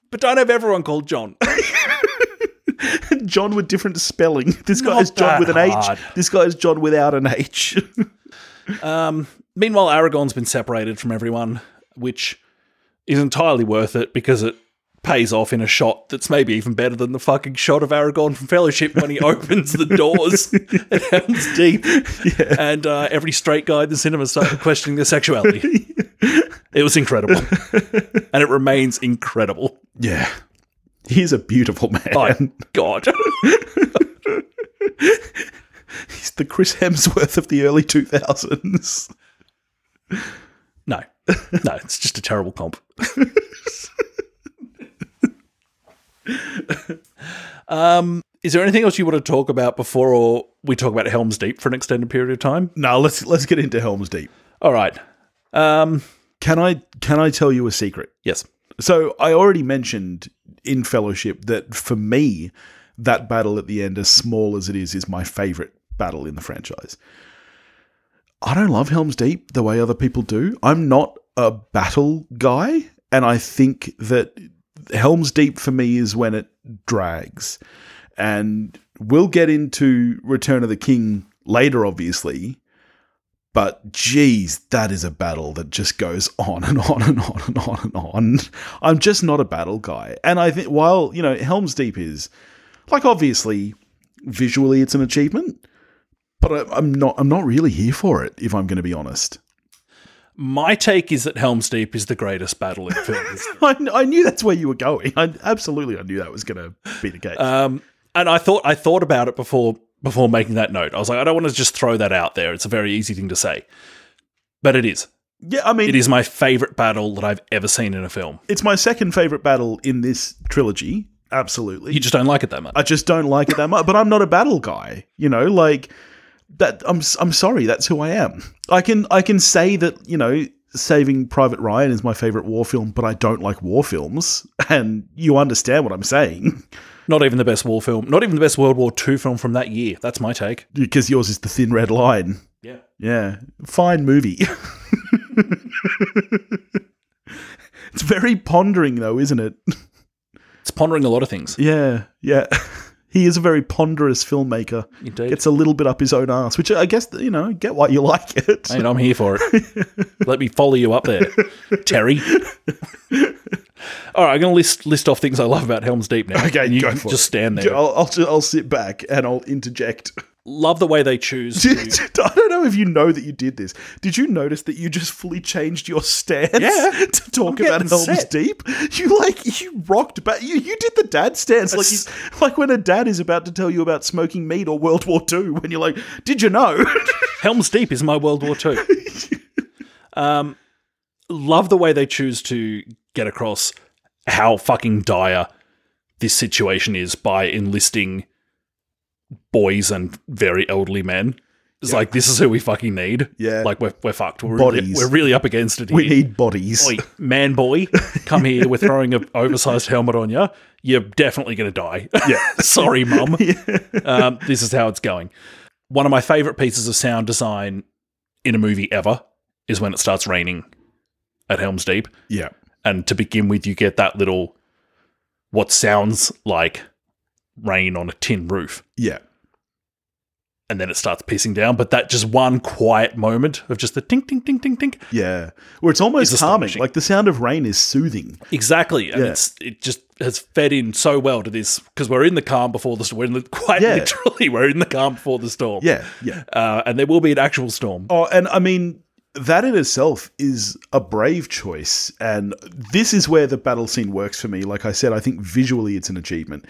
but don't have everyone called John.
*laughs* John with different spelling. This guy
Not
is John
that
with an
hard.
H. This guy is John without an H. *laughs*
Um, meanwhile, Aragon's been separated from everyone, which is entirely worth it because it pays off in a shot that's maybe even better than the fucking shot of Aragon from Fellowship when he *laughs* opens the doors *laughs* at Helm's Deep. And uh, every straight guy in the cinema started questioning their sexuality. it was incredible. and it remains incredible.
yeah. He's a beautiful man.
My God.
*laughs* He's the Chris Hemsworth of the early 2000s.
No, no, it's just a terrible comp. *laughs* um, is there anything else you want to talk about before or we talk about Helm's Deep for an extended period of time?
Now let's let's get into Helm's Deep.
All right. Um,
Can I can I tell you a secret?
yes.
So I already mentioned in Fellowship that for me, that battle at the end, as small as it is, is my favorite battle in the franchise. I don't love Helm's Deep the way other people do. I'm not a battle guy, and I think that Helm's Deep for me is when it drags. And we'll get into Return of the King later, obviously. But geez, that is a battle that just goes *laughs* on and on and on and on and on. I'm just not a battle guy. And I think while, you know, Helm's Deep is like obviously visually it's an achievement, but I, I'm not I'm not really here for it, if I'm gonna be honest. *laughs*
My take is that Helm's Deep is the greatest battle in *laughs* films.
I, I knew that's where you were going. I absolutely I knew that was gonna be the case.
um, and I thought I thought about it before before making that note. I was like, I don't want to just throw that out there. It's a very easy thing to say, but it is.
yeah, I mean
It is my favorite battle that I've ever seen in a film.
it's my second favorite battle in this trilogy. Absolutely.
You just don't like it that much.
I just don't like it that much. But I'm not a battle guy, you know. Like that, I'm I'm sorry. That's who I am. I can I can say that you know Saving Private Ryan is my favorite war film, but I don't like war films, *laughs* and you understand what I'm saying *laughs*
Not even the best war film. Not even the best World War II film from that year. That's my take.
because yours is the Thin Red Line.
Yeah.
Yeah, fine movie. *laughs* it's very pondering, though, isn't it?
It's pondering a lot of things.
Yeah, yeah. *laughs* He is a very ponderous filmmaker.
Indeed.
Gets a little bit up his own ass, which I guess you know. Get why you *laughs* like it. *laughs*
Mate, I'm here for it. Let me follow you up there, Terry. All right, I'm going to list list off things I love about Helm's Deep now.
Okay,
and you
go
can
for
just
it.
stand there.
I'll, I'll, ju- I'll sit back and I'll interject. *laughs*
Love the way they choose.
I don't know if you *laughs* know that you did this. Did you notice that you just fully changed your stance
Yeah.
*laughs* to talk
I'm
about
getting
Helm's
set.
Deep? You like you rocked back. You you did the dad stance like
That's-
you- *laughs* like when a dad is about to tell you about smoking meat or World War II when you're like, "Did you know?" *laughs*
Helm's Deep is my World War II. um, love the way they choose to get across how fucking dire this situation is by enlisting boys and very elderly men. It's
Yeah.
like this is who we fucking need.
Yeah.
like we're we're fucked. We're really,
Bodies.
we're really up against it. Here.
we need *laughs* bodies.
Oi, man boy, come
*laughs*
here. We're throwing a oversized helmet on you. You're definitely going to die. Yeah. *laughs*
*laughs*
Sorry, mum. Um, this is how it's going. One of my favorite pieces of sound design in a movie ever is when it starts raining at Helm's Deep.
Yeah.
And to begin with, you get that little, what sounds like rain on a tin roof.
Yeah.
And then it starts pissing down. But that just one quiet moment of just the tink, tink, tink, tink, tink.
Yeah. Where it's almost
It's
calming.
astonishing.
Like the sound of rain is soothing.
Exactly, and
Yeah.
it's it just has fed in so well to this because we're in the calm before the storm. We're in the, *laughs* quite
Yeah.
literally, we're in the calm before the storm.
Yeah. Yeah.
uh, and there will be an actual storm.
Oh, and I mean, that in itself is a brave choice. And this is where the battle scene works for me. Like I said, I think visually it's an achievement.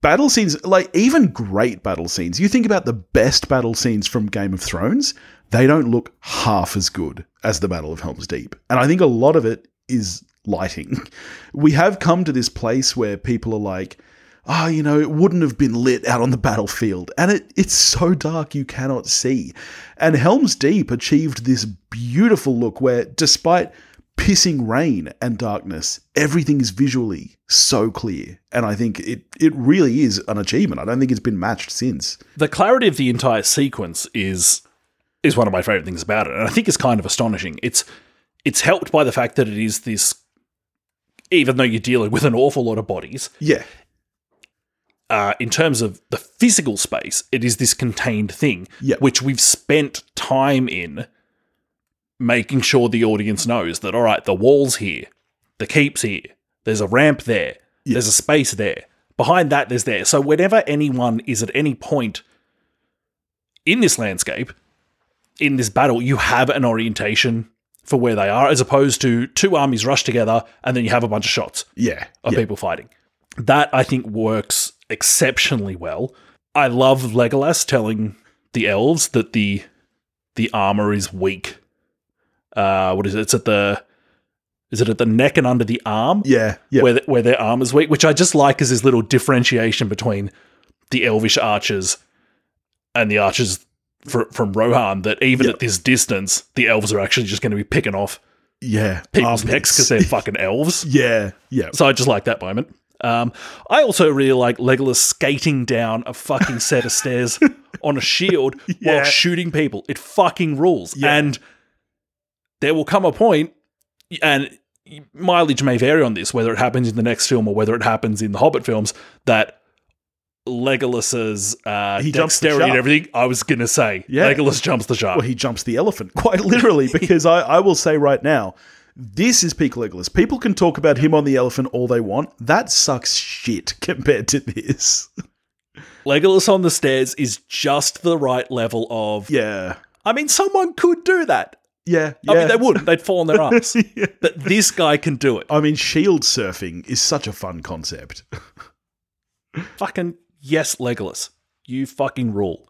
Battle scenes, like even great battle scenes, you think about the best battle scenes from Game of Thrones, they don't look half as good as the Battle of Helm's Deep. And I think a lot of it is lighting. *laughs* We have come to this place where people are like, ah, you know, it wouldn't have been lit out on the battlefield. And it, it's so dark you cannot see. And Helm's Deep achieved this beautiful look where, despite pissing rain and darkness, everything is visually so clear. And I think it, it really is an achievement. I don't think it's been matched since.
The clarity of the entire sequence is is one of my favorite things about it, and I think it's kind of astonishing. It's it's helped by the fact that it is this, even though you're dealing with an awful lot of bodies,
Yeah.
uh, in terms of the physical space, it is this contained thing,
Yeah.
which we've spent time in making sure the audience knows that, all right, the wall's here, the keep's here, there's a ramp there,
Yeah.
there's a space there, behind that, there's there. So, whenever anyone is at any point in this landscape, in this battle, you have an orientation for where they are, as opposed to two armies rush together and then you have a bunch of shots
Yeah.
of
yeah.
people fighting. That I think works exceptionally well. I love Legolas telling the elves that the the armor is weak. Uh, what is it? It's at the is it at the neck and under the arm
Yeah. Yeah.
where th- where their armor's weak, which I just like as this little differentiation between the elvish archers and the archers fr- from Rohan. That even
Yeah.
at this distance, the elves are actually just going to be picking off
yeah.
people's
Um,
necks
*laughs*
because they're fucking elves.
Yeah. Yeah.
So I just like that moment. Um, I also really like Legolas skating down a fucking set
*laughs*
of stairs on a shield
Yeah.
while shooting people. It fucking rules.
Yeah.
And there will come a point, and mileage may vary on this, whether it happens in the next film or whether it happens in the Hobbit films, that Legolas's uh,
He jumps the
dexterity and
shark.
everything. I was gonna say
Yeah.
Legolas jumps the shark.
Well, he jumps the elephant, *laughs* quite
*laughs*
literally, because I, I will say right now, this is peak Legolas. People can talk about him on the elephant all they want. That sucks shit *laughs* compared to this. *laughs*
Legolas on the stairs is just the right level of.
Yeah.
I mean, someone could do that.
Yeah. yeah.
I mean, they wouldn't. They'd fall
*laughs*
on their ass.
Yeah.
But this guy can do it.
I mean, shield surfing is such a fun concept. *laughs*
Fucking yes, Legolas. You fucking rule.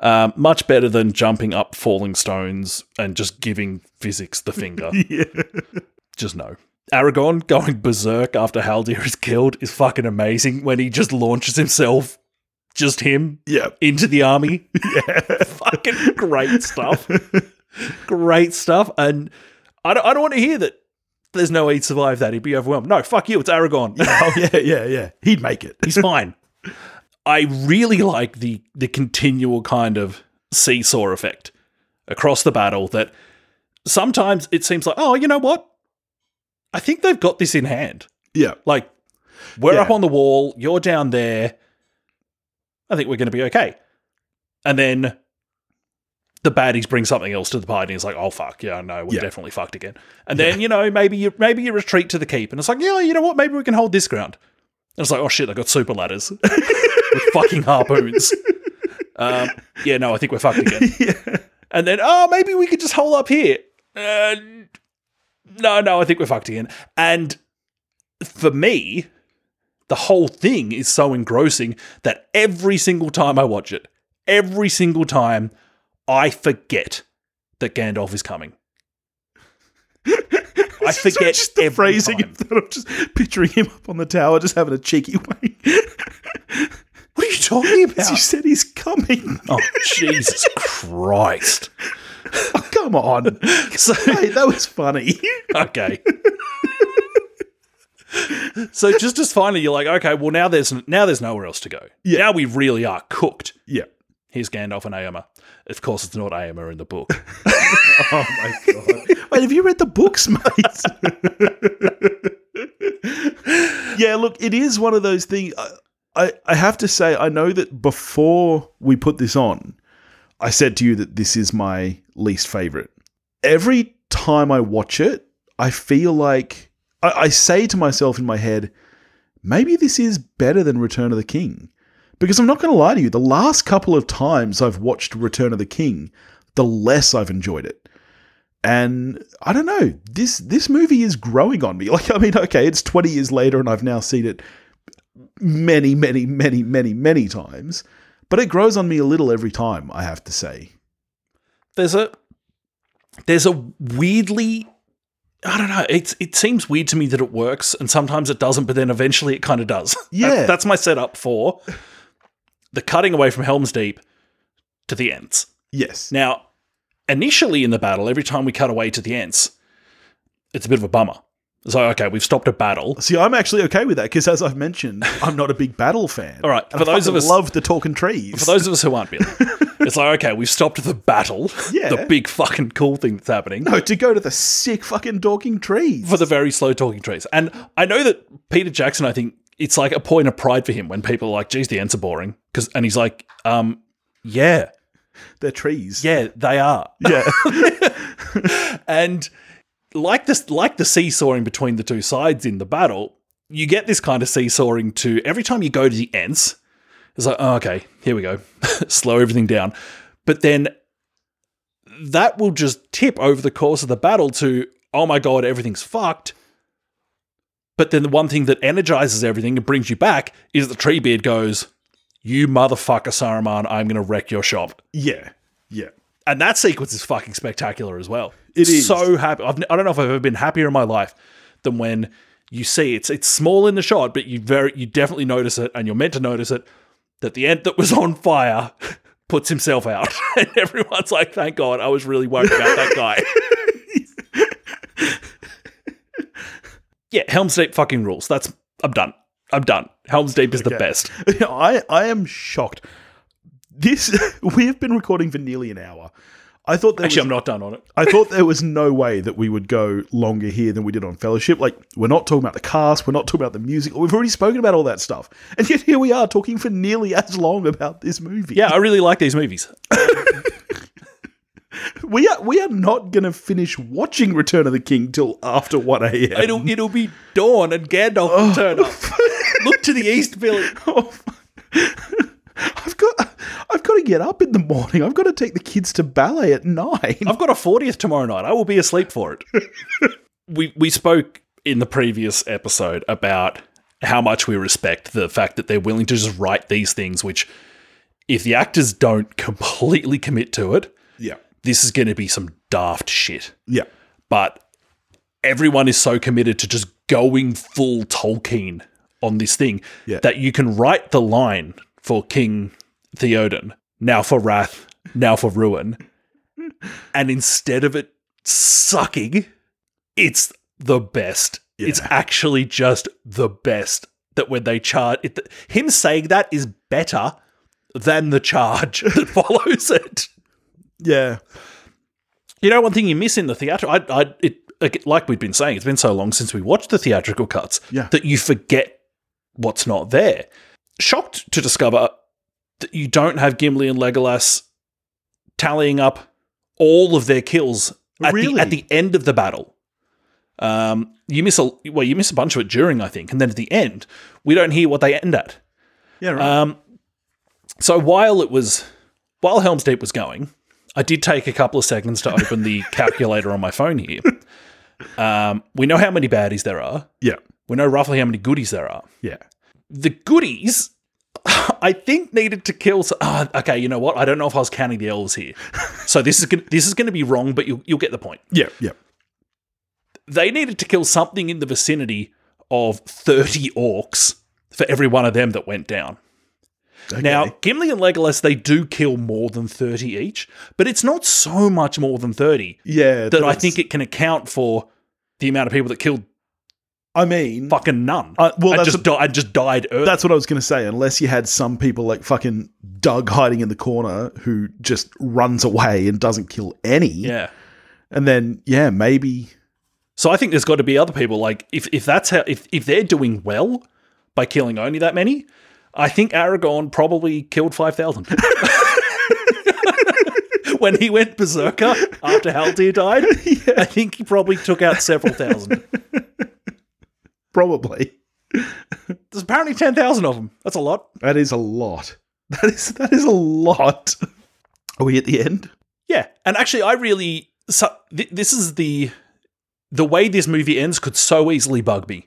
Um, much better than jumping up falling stones and just giving physics
*laughs*
the finger.
Yeah.
just no. Aragon going berserk after Haldir is killed is fucking amazing when he just launches himself, just him,
Yeah.
into the army. *laughs* fucking great stuff. great stuff. And I don't, I don't want to hear that there's no way he'd survive that. He'd be overwhelmed. No, fuck you. It's Aragon.
Oh, yeah, yeah, yeah. He'd make it.
*laughs* He's fine. I really like the the continual kind of seesaw effect across the battle that sometimes it seems like, oh, you know what? I think they've got this in hand.
Yeah.
Like we're
Yeah.
up on the wall, you're down there. I think we're going to be okay. And then the baddies bring something else to the party. And it's like, oh fuck, yeah, no, we're
Yeah.
definitely fucked again. And then you know maybe you maybe you retreat to the keep, and it's like, yeah, you know what, maybe we can hold this ground. And it's like, oh shit, they got super ladders *laughs* with fucking harpoons. Um, yeah, no, I think we're fucked again.
*laughs* yeah.
And then, oh, maybe we could just hole up here. Uh, no, no, I think we're fucked again. And for me, the whole thing is so engrossing that every single time I watch it, every single time, I forget that Gandalf
*laughs*
is coming. I
So
forget
just the
every
phrasing
time.
of *laughs* that. I'm just picturing him up on the tower, just having a cheeky wink.
What are you talking
As you
about?
said, he's coming.
oh, Jesus
*laughs*
Christ.
Oh, come *laughs* on.
So,
Hey, that was funny.
okay. so just as finally you're like, okay, well now there's now there's nowhere else to go.
Yeah.
Now we really are cooked.
yeah.
Here's Gandalf and Aemma. Of course, it's not Aemma in
*laughs*
the book.
Oh my *laughs* god. Wait, have you read the books, mate? yeah, look, it is one of those things. I, I, I have to say, I know that before we put this on, I said to you that this is my least favorite. Every time I watch it, I feel like I, I say to myself in my head, maybe this is better than Return of the King. Because I'm not going to lie to you, the last couple of times I've watched Return of the King, the less I've enjoyed it and I don't know this this movie is growing on me. *laughs* Like I mean, okay, it's twenty years later, and I've now seen it many, many, many, many, many times, but it grows on me a little every time. I have to say,
There's a there's a weirdly I don't know. It's it seems weird to me that it works, and sometimes it doesn't, but then eventually it kind of does. *laughs* That-
Yeah.
that's my setup for the cutting away from Helm's Deep to the Ents.
yes,
Now, initially in the battle, every time we cut away to the Ents, it's a bit of a bummer. It's like, okay, we've stopped a battle.
see, I'm actually okay with that because, as I've mentioned, I'm not a big battle
*laughs*
fan.
All right,
And
for
I
those of
fucking
us-
love the talking trees.
For those of us who aren't Billy, it's like, okay, we've stopped the battle,
Yeah.
the big fucking cool thing that's happening.
*laughs* no, to go to the sick fucking talking trees.
for the very slow talking trees. And I know that Peter Jackson, I think it's like a point of pride for him when people are like, geez, the ants are boring. Cause, and he's like, um, yeah,
They're trees.
yeah, they are.
Yeah.
*laughs* And like this, like the seesawing between the two sides in the battle, you get this kind of seesawing to every time you go to the ants. It's like, oh, okay, here we go, *laughs* slow everything down. But then that will just tip over the course of the battle to, oh my god, everything's fucked. But then the one thing that energizes everything and brings you back is the tree beard goes, "You motherfucker, Saruman, I'm going to wreck your shop."
yeah, yeah.
And that sequence is fucking spectacular as well.
It is.
so happy. I've, I don't know if I've ever been happier in my life than when you see it's it's small in the shot, but you very you definitely notice it, and you're meant to notice it that the ant that was on fire *laughs* puts himself out, *laughs* and everyone's like, "Thank God!" I was really worried about that
*laughs*
guy. yeah, Helm's Deep fucking rules. That's I'm done. I'm done. Helm's Deep is the
Okay.
best.
*laughs* I I am shocked. This *laughs* we have been recording for nearly an hour. I thought there
Actually,
was,
I'm not done
*laughs*
on it.
I thought there was no way that we would go longer here than we did on Fellowship. Like we're not talking about the cast, we're not talking about the music. We've already spoken about all that stuff, and yet here we are talking for nearly as long about this movie.
Yeah, I really like these movies.
we are we are not going to finish watching Return of the King till after one a.m.
It'll it'll be dawn and Gandalf will turn up. Look to the east, Billy.
*laughs* Oh, I've got I've got to get up in the morning. I've got to take the kids to ballet at nine.
I've got a fortieth tomorrow night. I will be asleep for it. we we spoke in the previous episode about how much we respect the fact that they're willing to just write these things, which if the actors don't completely commit to it,
Yeah,
this is going to be some daft shit.
yeah,
But everyone is so committed to just going full Tolkien on this thing
Yeah.
that you can write the line for King Theoden, now for wrath, now
*laughs*
for ruin. and instead of it sucking, it's the best. It's
Yeah.
actually just the best that when they charge it, him saying that is better than the charge *laughs* that follows it.
yeah.
You know, one thing you miss in the theater, I, I, it, like- like we'd been saying, it's been so long since we watched the theatrical cuts
Yeah.
that you forget what's not there. Shocked to discover that you don't have Gimli and Legolas tallying up all of their kills at,
Really?
the, at the end of the battle. Um, you miss a well, you miss a bunch of it during, I think, and then at the end, we don't hear what they end at.
Yeah, right.
Um, so while it was while Helm's Deep was going, I did take a couple of seconds to open the calculator on my phone here. Um, we know how many baddies there are.
yeah,
We know roughly how many goodies there are.
yeah.
The goodies, *laughs* I think, needed to kill. So- ah, okay, you know what? I don't know if I was counting the elves here, so this is gonna, this is going to be wrong, but you'll you'll get the point.
Yeah, yeah.
They needed to kill something in the vicinity of thirty orcs for every one of them that went down.
Okay.
Now, Gimli and Legolas, they do kill more than 30 each, but it's not so much more than 30
yeah,
that I think it can account for the amount of people that killed
I mean,
fucking none.
Uh, well,
and
that's
just, di- and just died early.
that's what I was going to say. Unless you had some people like fucking Doug hiding in the corner who just runs away and doesn't kill any,
yeah.
and then yeah, maybe
So I think there's got to be other people. Like, if, if that's how, if, if they're doing well by killing only that many, I think Aragorn probably killed 5,000. *laughs* when he went berserker after Haldir
*laughs*
died, I think he probably took out several thousand.
probably
There's apparently 10,000 of them. That's a lot.
that is a lot. *laughs* That is that is a lot. Are we at the end?
Yeah, and actually, I really so th- this is the the way this movie ends could so easily bug me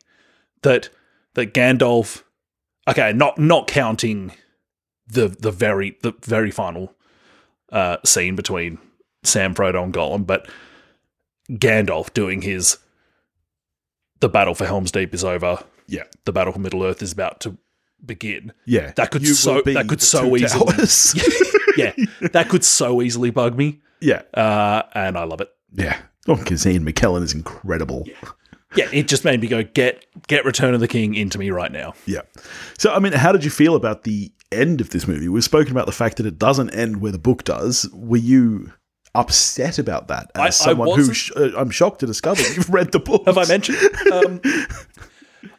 that that Gandalf. Okay, not not counting the the very the very final uh, scene between Sam Frodo and Gollum, but Gandalf doing his the battle for Helm's Deep is over.
Yeah,
The battle for Middle Earth is about to begin.
yeah.
That could
You
so-
will be
that could
the
so
two
easily-
towers.
*laughs* Yeah, that could so easily bug me,
*laughs* yeah,
uh, and I love it.
yeah. Oh, because Ian McKellen is incredible.
yeah, it just made me go get get Return of the King into me right now.
Yeah. So, I mean, how did you feel about the end of this movie? We've spoken about the fact that it doesn't end where the book does. Were you upset about that as
I- I
someone who
wasn't.
sh- uh, I'm shocked to discover you've read the book?
*laughs* Have I mentioned? Um,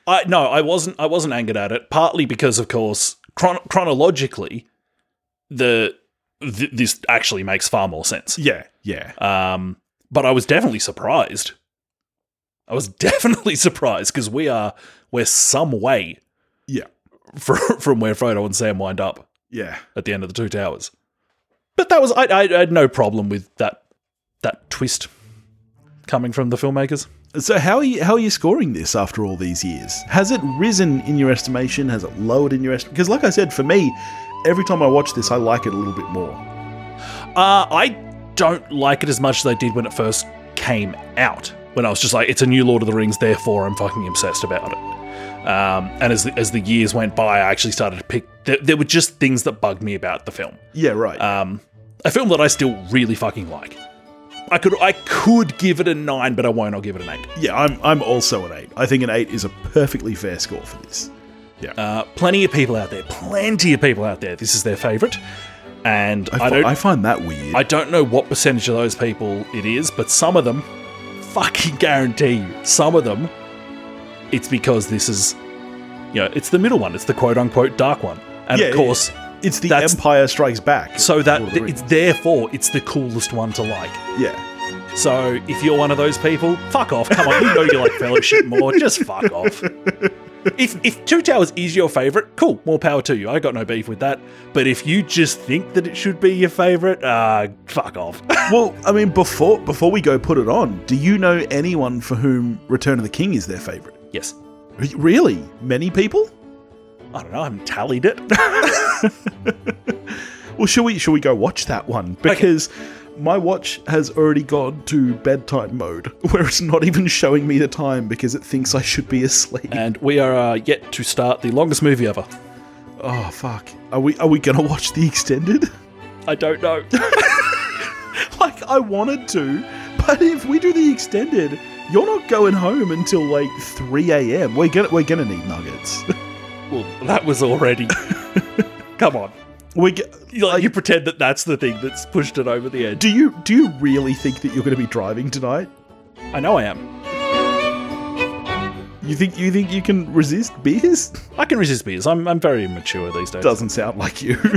I no, I wasn't. I wasn't angered at it. Partly because, of course, chron- chronologically, the th- this actually makes far more sense.
Yeah, yeah,
Um, but I was definitely surprised. I was *laughs* definitely surprised because we are we're some way
yeah,
from, *laughs* from where Frodo and Sam wind up
yeah.
at the end of the Two Towers. But that was I, I, I had no problem with that that twist coming from the filmmakers.
So, how are you how are you scoring this after all these years? Has it risen in your estimation? Has it lowered in your estimation? Because, like I said, for me, every time I watch this, I like it a little bit more.
Uh, I don't like it as much as I did when it first came out. When I was just like, it's a new Lord of the Rings, therefore I'm fucking obsessed about it. Um, and as the, as the years went by, I actually started to pick. There, there were just things that bugged me about the film.
Yeah, right.
Um, a film that I still really fucking like. I could I could give it a nine, but I won't. I'll give it an eight.
yeah, I'm I'm also an eight. I think an eight is a perfectly fair score for this.
Uh, plenty of people out there, plenty of people out there. This is their favourite, and I,
I fi-
don't,
I
I,
find that weird.
don't know what percentage of those people it is, but some of them, fucking guarantee you, some of them, it's because this is, you know, it's the middle one, it's the quote unquote dark one, and
Yeah,
of
yeah,
course,
It's the
That's-
Empire Strikes Back.
so that
Lord of the
it's
Rings.
therefore it's the coolest one to like.
yeah,
So if you're one of those people, fuck off. Come on, you know you like fellowship more. Just fuck off. If if Two Towers is your favorite, cool, more power to you. I got no beef with that. But if you just think that it should be your favorite, uh, fuck off. *laughs*
well, I mean, before before we go put it on, do you know anyone for whom Return of the King is their favorite?
yes.
Re- Really, many people.
I don't know. I haven't tallied it. *laughs*
Well, should we should we go watch that one because my watch has already gone to bedtime mode, *laughs* where it's not even showing me the time because it thinks I should be asleep.
and we are uh, yet to start the longest movie ever.
Oh fuck! Are we are we gonna watch the extended? *laughs*
I don't know.
like I wanted to, but if we do the extended, you're not going home until like 3 a.m. We're gonna we're gonna need nuggets. *laughs*
well, that was already. *laughs* Come on.
we g-
You, like, you pretend that that's the thing that's pushed it over the edge.
do you do you really think that you're gonna be driving tonight?
I know I am.
You think you think you can resist beers? *laughs*
I can resist beers. I'm, I'm very immature these days.
Doesn't sound like you. *laughs*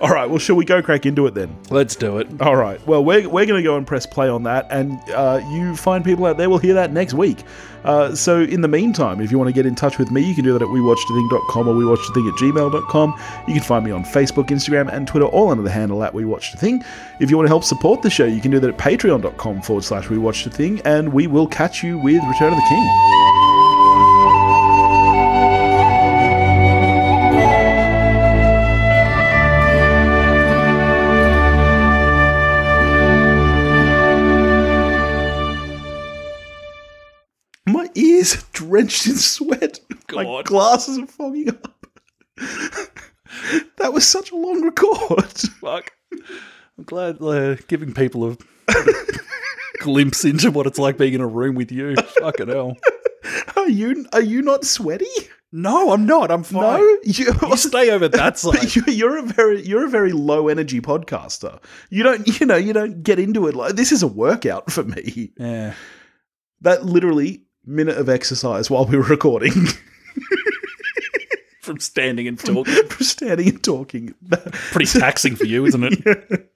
All All right, well, shall we go crack into it then?
Let's do it.
All right. Well, we're, we're going to go and press play on that, and uh, you fine people out there will hear that next week. Uh, so, in the meantime, if you want to get in touch with me, you can do that at wewatchedthing.com or wewatchedthing at gmail.com. You can find me on Facebook, Instagram, and Twitter, all under the handle at wewatchedthing. If you want to help support the show, you can do that at patreon.com forward slash wewatchedthing, and we will catch you with Return of the King. My ears are drenched in sweat. My
God.
glasses are fogging up. *laughs* that was such a long record. *laughs*
Fuck. I'm glad they're giving people a *laughs* glimpse into what it's like being in a room with you. Fucking hell.
Are you are you not sweaty?
No, I'm not. I'm fine.
No, you,
You stay over *laughs* that side.
but you- *laughs* you're a very you're a very low energy podcaster. You don't *laughs* you know you don't get into it like this is a workout for me. *laughs*
yeah.
That literally minute of exercise while we were recording, *laughs*
From standing and talking.
standing and talking.
*laughs* Pretty taxing for you, isn't it?